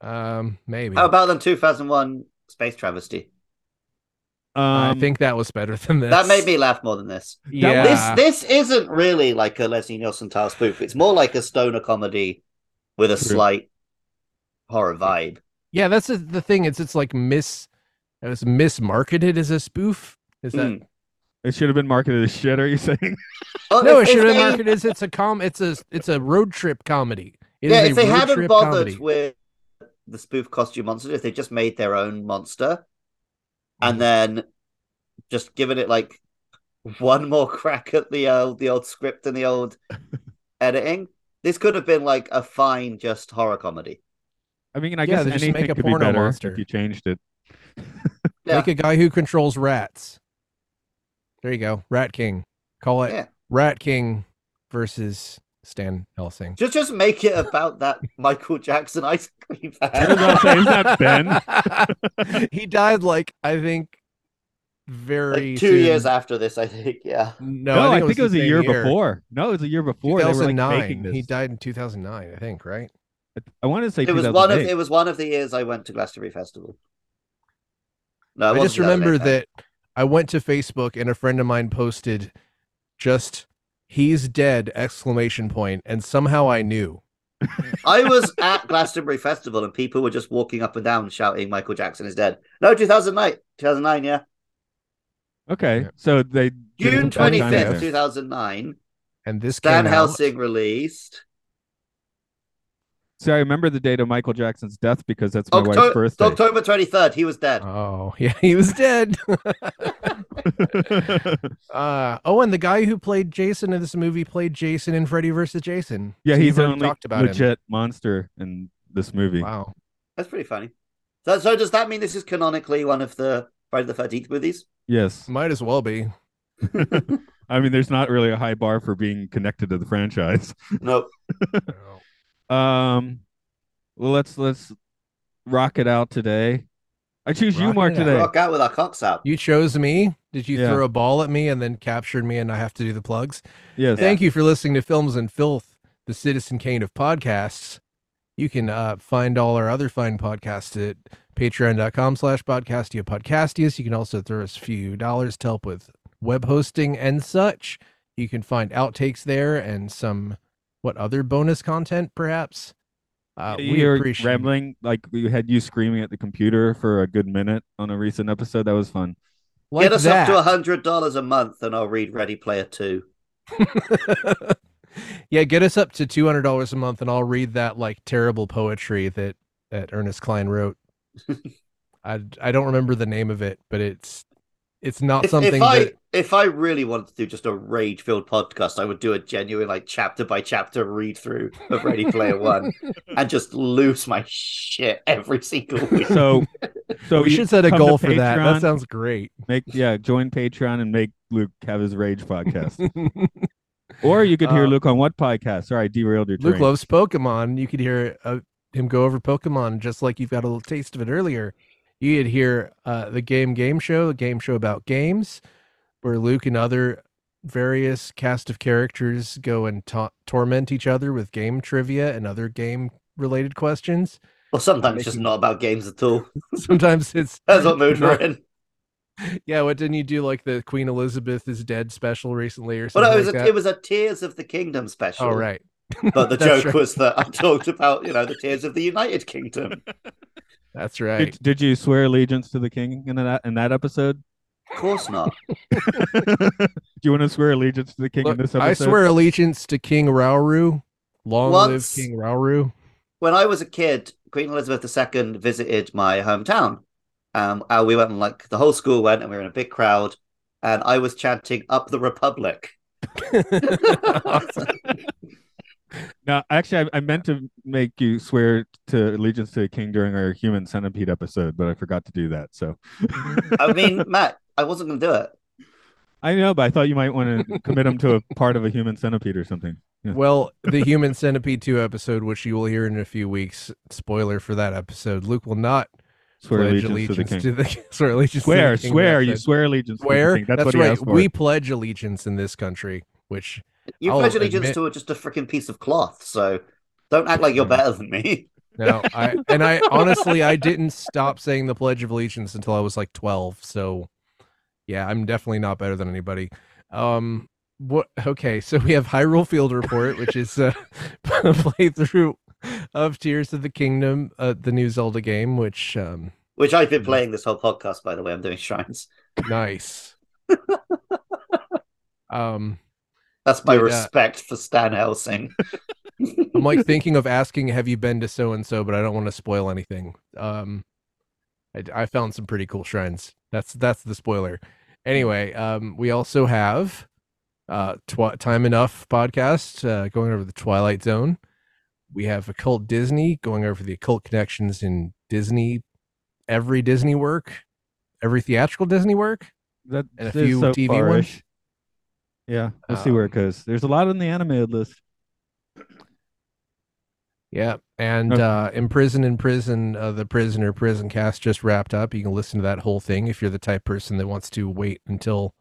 Speaker 4: Um, maybe.
Speaker 2: How about them 2001 Space Travesty?
Speaker 3: Um,
Speaker 4: I think that was better than this.
Speaker 2: That made me laugh more than this.
Speaker 4: Yeah.
Speaker 2: This this isn't really like a Leslie Nielsen style spoof. It's more like a stoner comedy with a
Speaker 3: True.
Speaker 2: slight horror vibe.
Speaker 4: Yeah, that's the, the thing. It's it's like mis, it was mismarketed as a spoof. Is that
Speaker 2: Mm.
Speaker 3: it should have been marketed as shit. Are you saying?
Speaker 2: Oh,
Speaker 4: no? It
Speaker 2: if-
Speaker 4: should
Speaker 2: if
Speaker 4: have been
Speaker 2: they-
Speaker 4: marketed as it's a com. It's a it's a road trip comedy. It is
Speaker 2: yeah,
Speaker 4: a
Speaker 2: if they
Speaker 4: road
Speaker 2: hadn't
Speaker 4: trip
Speaker 2: bothered
Speaker 4: comedy.
Speaker 2: with the spoof costume monster, if they just made their own monster
Speaker 4: Mm.
Speaker 2: and then just given it like one more crack at the old the old script and the old editing, this could have been like a fine just horror comedy.
Speaker 3: I mean, I
Speaker 4: Yeah,
Speaker 3: guess
Speaker 4: they just
Speaker 3: anything
Speaker 4: make a
Speaker 3: could be
Speaker 4: porno
Speaker 3: better
Speaker 4: monster.
Speaker 3: if you changed it.
Speaker 2: Yeah.
Speaker 4: Like a guy who controls rats. There you go, Rat King. Call it
Speaker 2: Yeah.
Speaker 4: Rat King versus Stan Helsing.
Speaker 2: Just just make it about that Michael Jackson ice cream
Speaker 3: I was gonna
Speaker 2: van.
Speaker 3: say, isn't that Ben?
Speaker 4: he died like I think very
Speaker 2: Like, two
Speaker 4: soon-
Speaker 2: years after this, I think. Yeah.
Speaker 4: No,
Speaker 3: no, I
Speaker 4: think,
Speaker 3: it was
Speaker 4: the
Speaker 3: a
Speaker 4: same
Speaker 3: year, before. No, it was a year before. They were like
Speaker 4: 2009.
Speaker 3: making this.
Speaker 4: he died in 2009, I think, right?
Speaker 3: I want to say
Speaker 2: It was one of
Speaker 3: 2008.
Speaker 2: it was one of the years I went to Glastonbury Festival. No, it
Speaker 4: I
Speaker 2: wasn't
Speaker 4: just
Speaker 2: 2008,
Speaker 4: remember
Speaker 2: no.
Speaker 4: that I went to Facebook and a friend of mine posted just he's dead exclamation point and somehow I knew.
Speaker 2: I was at Glastonbury Festival and people were just walking up and down shouting Michael Jackson is dead. No, 2009. 2009, yeah.
Speaker 3: Okay,
Speaker 4: Yeah.
Speaker 3: so they did it
Speaker 2: June
Speaker 3: in time there.
Speaker 2: 25th, 2009.
Speaker 4: And this
Speaker 2: Stan
Speaker 4: came out-
Speaker 2: Helsing released.
Speaker 3: So I remember the date of Michael Jackson's death because that's
Speaker 2: Oh,
Speaker 3: my wife's
Speaker 2: Octo-
Speaker 3: birthday.
Speaker 2: October 23rd, he was dead.
Speaker 4: Oh, yeah, he was dead. uh, oh, and the guy who played Jason in this movie played Jason in Freddy versus Jason.
Speaker 3: yeah,
Speaker 4: So you've
Speaker 3: he's the
Speaker 4: already
Speaker 3: only
Speaker 4: talked about
Speaker 3: legit monster in this movie.
Speaker 4: him. Wow.
Speaker 2: That's pretty funny. So, so does that mean this is canonically one of the Friday the 13th movies?
Speaker 3: Yes,
Speaker 4: Might as well be.
Speaker 3: I mean, there's not really a high bar for being connected to the franchise.
Speaker 2: No.
Speaker 3: Um, well, let's let's rock it out today. I choose you,
Speaker 4: Rock
Speaker 3: Mark,
Speaker 4: it out.
Speaker 3: today.
Speaker 2: Rock out with our cocks out.
Speaker 4: You chose me. Did you
Speaker 3: Yeah.
Speaker 4: throw a ball at me and then captured me and I have to do the plugs?
Speaker 3: Yes.
Speaker 4: Thank you for listening to Films and Filth, the Citizen Kane of podcasts. You can uh, find all our other fine podcasts at patreon.com slash podcastia podcastius. You can also throw us a few dollars to help with web hosting and such. You can find outtakes there and some, what other bonus content perhaps? Uh, we
Speaker 3: You're
Speaker 4: appreciate
Speaker 3: rambling like we had you screaming at the computer for a good minute on a recent episode. That was fun.
Speaker 4: Like
Speaker 2: Get us
Speaker 4: that.
Speaker 2: up to $100 a month and I'll read Ready Player 2.
Speaker 4: yeah, get us up to two hundred dollars a month, and I'll read that like terrible poetry that that Ernest Klein wrote. I I don't remember the name of it, but it's it's not
Speaker 2: If,
Speaker 4: something
Speaker 2: if I
Speaker 4: that
Speaker 2: if I really wanted to do just a rage filled podcast, I would do a genuine like chapter by chapter read through of Ready Player One and just lose my shit every single week.
Speaker 3: So, so
Speaker 4: we
Speaker 3: you
Speaker 4: should set a
Speaker 3: come to
Speaker 4: goal for that. That
Speaker 3: Patreon.
Speaker 4: sounds great.
Speaker 3: make yeah join Patreon and make Luke have his rage podcast, or you could hear
Speaker 4: Uh,
Speaker 3: Luke on what podcast? Sorry, I derailed your train.
Speaker 4: Luke loves Pokemon. You could hear uh, him go over Pokemon just like you've got a little taste of it earlier. You could hear uh, the Game Game Show, a game show about games, where Luke and other various cast of characters go and ta- torment each other with game trivia and other game related questions.
Speaker 2: Well, sometimes it's just not about games at all.
Speaker 4: Sometimes it's
Speaker 2: That's what mood we're in.
Speaker 4: yeah. What didn't you do like the Queen Elizabeth is dead special recently or
Speaker 2: But
Speaker 4: something?
Speaker 2: it was
Speaker 4: like
Speaker 2: a,
Speaker 4: that?
Speaker 2: it was a Tears of the Kingdom special.
Speaker 4: oh right,
Speaker 2: But the
Speaker 4: That's
Speaker 2: joke
Speaker 4: right.
Speaker 2: was that I talked about, you know, the tears of the United Kingdom.
Speaker 4: That's right.
Speaker 3: Did, did you swear allegiance to the king in that in that episode?
Speaker 2: Of course not.
Speaker 3: Do you want to swear allegiance to the king in
Speaker 4: Look,
Speaker 3: this episode?
Speaker 4: I swear allegiance to King Rauru. Long live
Speaker 2: What?
Speaker 4: King Rauru.
Speaker 2: When I was a kid, Queen Elizabeth II visited my hometown. Um, and we went and like the whole school went and we were in a big crowd. And I was chanting up the Republic.
Speaker 3: No, actually, I, I meant to make you swear to allegiance to the king during our human centipede episode, but I forgot to do that. So
Speaker 2: I mean, Matt, I wasn't going to do it.
Speaker 3: I know, but I thought you might want to commit him to a part of a human centipede or something. Yeah.
Speaker 4: Well, the Human Centipede 2 episode, which you will hear in a few weeks, spoiler for that episode, Luke will not
Speaker 3: Swear
Speaker 4: pledge
Speaker 3: allegiance, to the king.
Speaker 4: to the swear allegiance
Speaker 3: swear,
Speaker 4: to the king
Speaker 3: swear,
Speaker 4: that
Speaker 3: you
Speaker 4: episode.
Speaker 3: swear allegiance. To
Speaker 4: swear.
Speaker 3: the king. That's, what he
Speaker 4: right.
Speaker 3: asked for.
Speaker 4: We pledge allegiance in this country, which
Speaker 2: You
Speaker 4: I'll
Speaker 2: pledge allegiance
Speaker 4: Oh, admit-
Speaker 2: to just a freaking piece of cloth. So don't act like you're better than me.
Speaker 4: no, I and I honestly I didn't stop saying the pledge of allegiance until I was like 12, so yeah, I'm definitely not better than anybody. Um what okay, so we have Hyrule Field Report, which is uh, a playthrough of Tears of the Kingdom, uh, the new Zelda game, which um
Speaker 2: Which I've been playing this whole podcast, by the way. I'm doing shrines.
Speaker 4: nice. um
Speaker 2: That's my
Speaker 4: Dude, uh,
Speaker 2: respect for Stan Helsing.
Speaker 4: I'm like thinking of asking, have you been to so and so, but I don't want to spoil anything. Um, I, I found some pretty cool shrines. That's that's the spoiler. Anyway, um, we also have uh, twi- time enough podcast uh, going over the Twilight Zone. We have occult Disney going over the occult connections in Disney, every Disney work, every theatrical Disney work.
Speaker 3: That
Speaker 4: and a
Speaker 3: is
Speaker 4: few
Speaker 3: so
Speaker 4: TV
Speaker 3: far-ish. Uh,
Speaker 4: ones.
Speaker 3: Yeah, we'll see where it
Speaker 4: Um,
Speaker 3: goes. There's a lot on the animated list.
Speaker 4: Yeah, and
Speaker 3: Okay.
Speaker 4: uh, Imprison in Prison, uh, the Prisoner Prison cast just wrapped up. You can listen to that whole thing if you're the type of person that wants to wait until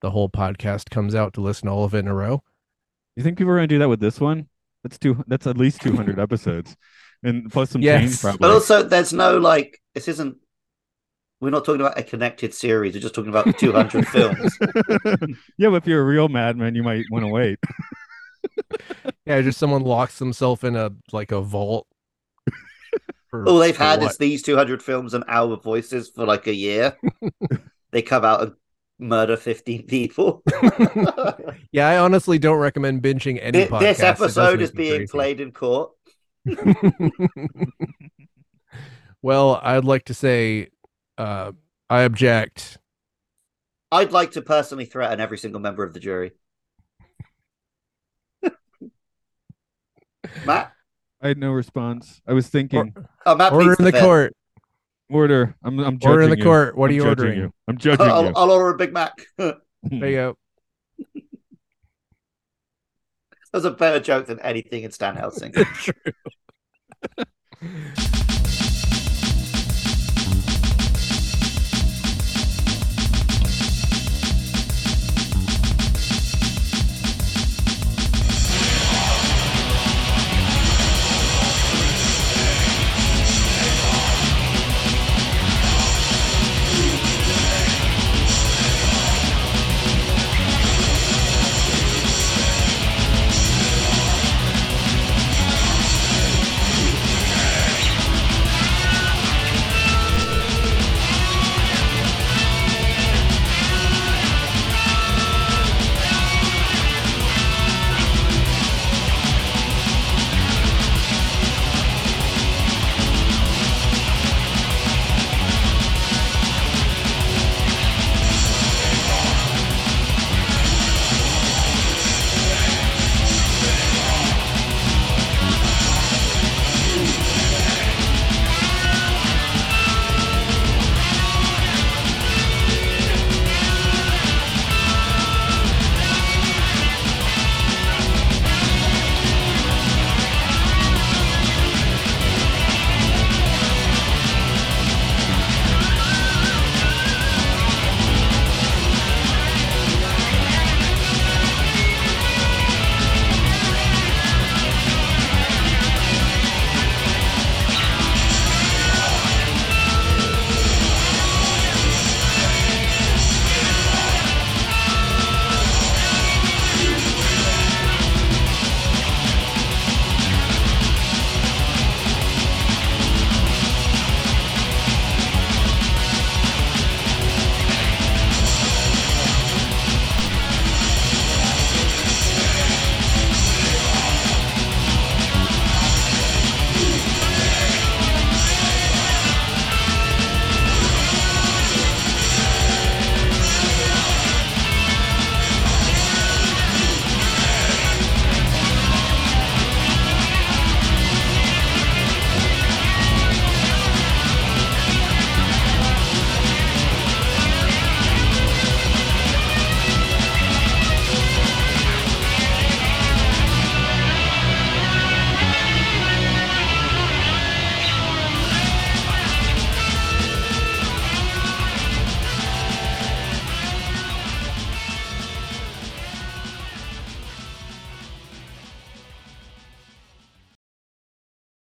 Speaker 4: the whole podcast comes out to listen to all of it in a row.
Speaker 3: You think people are going to do that with this one? That's two. That's at least 200 episodes, and plus some
Speaker 4: Yes,
Speaker 3: change probably.
Speaker 2: But also, there's no like, this isn't, we're not talking about a connected series. We're just talking about 200 films.
Speaker 3: yeah, but if you're a real madman, you might want to wait.
Speaker 4: Yeah, just someone locks themselves in a like a vault. for-
Speaker 2: All they've
Speaker 4: for
Speaker 2: had
Speaker 4: what?
Speaker 2: is these 200 films and our voices for like a year. they come out and murder 15 people.
Speaker 4: yeah, I honestly don't recommend binging any
Speaker 2: Thi-
Speaker 4: podcast.
Speaker 2: this
Speaker 4: It does
Speaker 2: episode
Speaker 4: make
Speaker 2: is
Speaker 4: me
Speaker 2: being
Speaker 4: crazy.
Speaker 2: played in court.
Speaker 4: well, I'd like to say, uh, I object.
Speaker 2: I'd like to personally threaten every single member of the jury. Matt,
Speaker 3: I had no response. I was thinking
Speaker 2: oh, Matt,
Speaker 4: Order
Speaker 2: pleads
Speaker 4: in the
Speaker 2: fifth.
Speaker 4: court.
Speaker 3: order. I'm I'm judging
Speaker 4: Order in the
Speaker 3: you.
Speaker 4: court. What are
Speaker 3: I'm
Speaker 4: you
Speaker 3: judging
Speaker 4: ordering? Oh,
Speaker 3: You. I'm judging
Speaker 2: I'll,
Speaker 3: you.
Speaker 2: I'll order a Big Mac. that
Speaker 4: There you go.
Speaker 2: was a better joke than anything in Stan Helsing.
Speaker 4: True.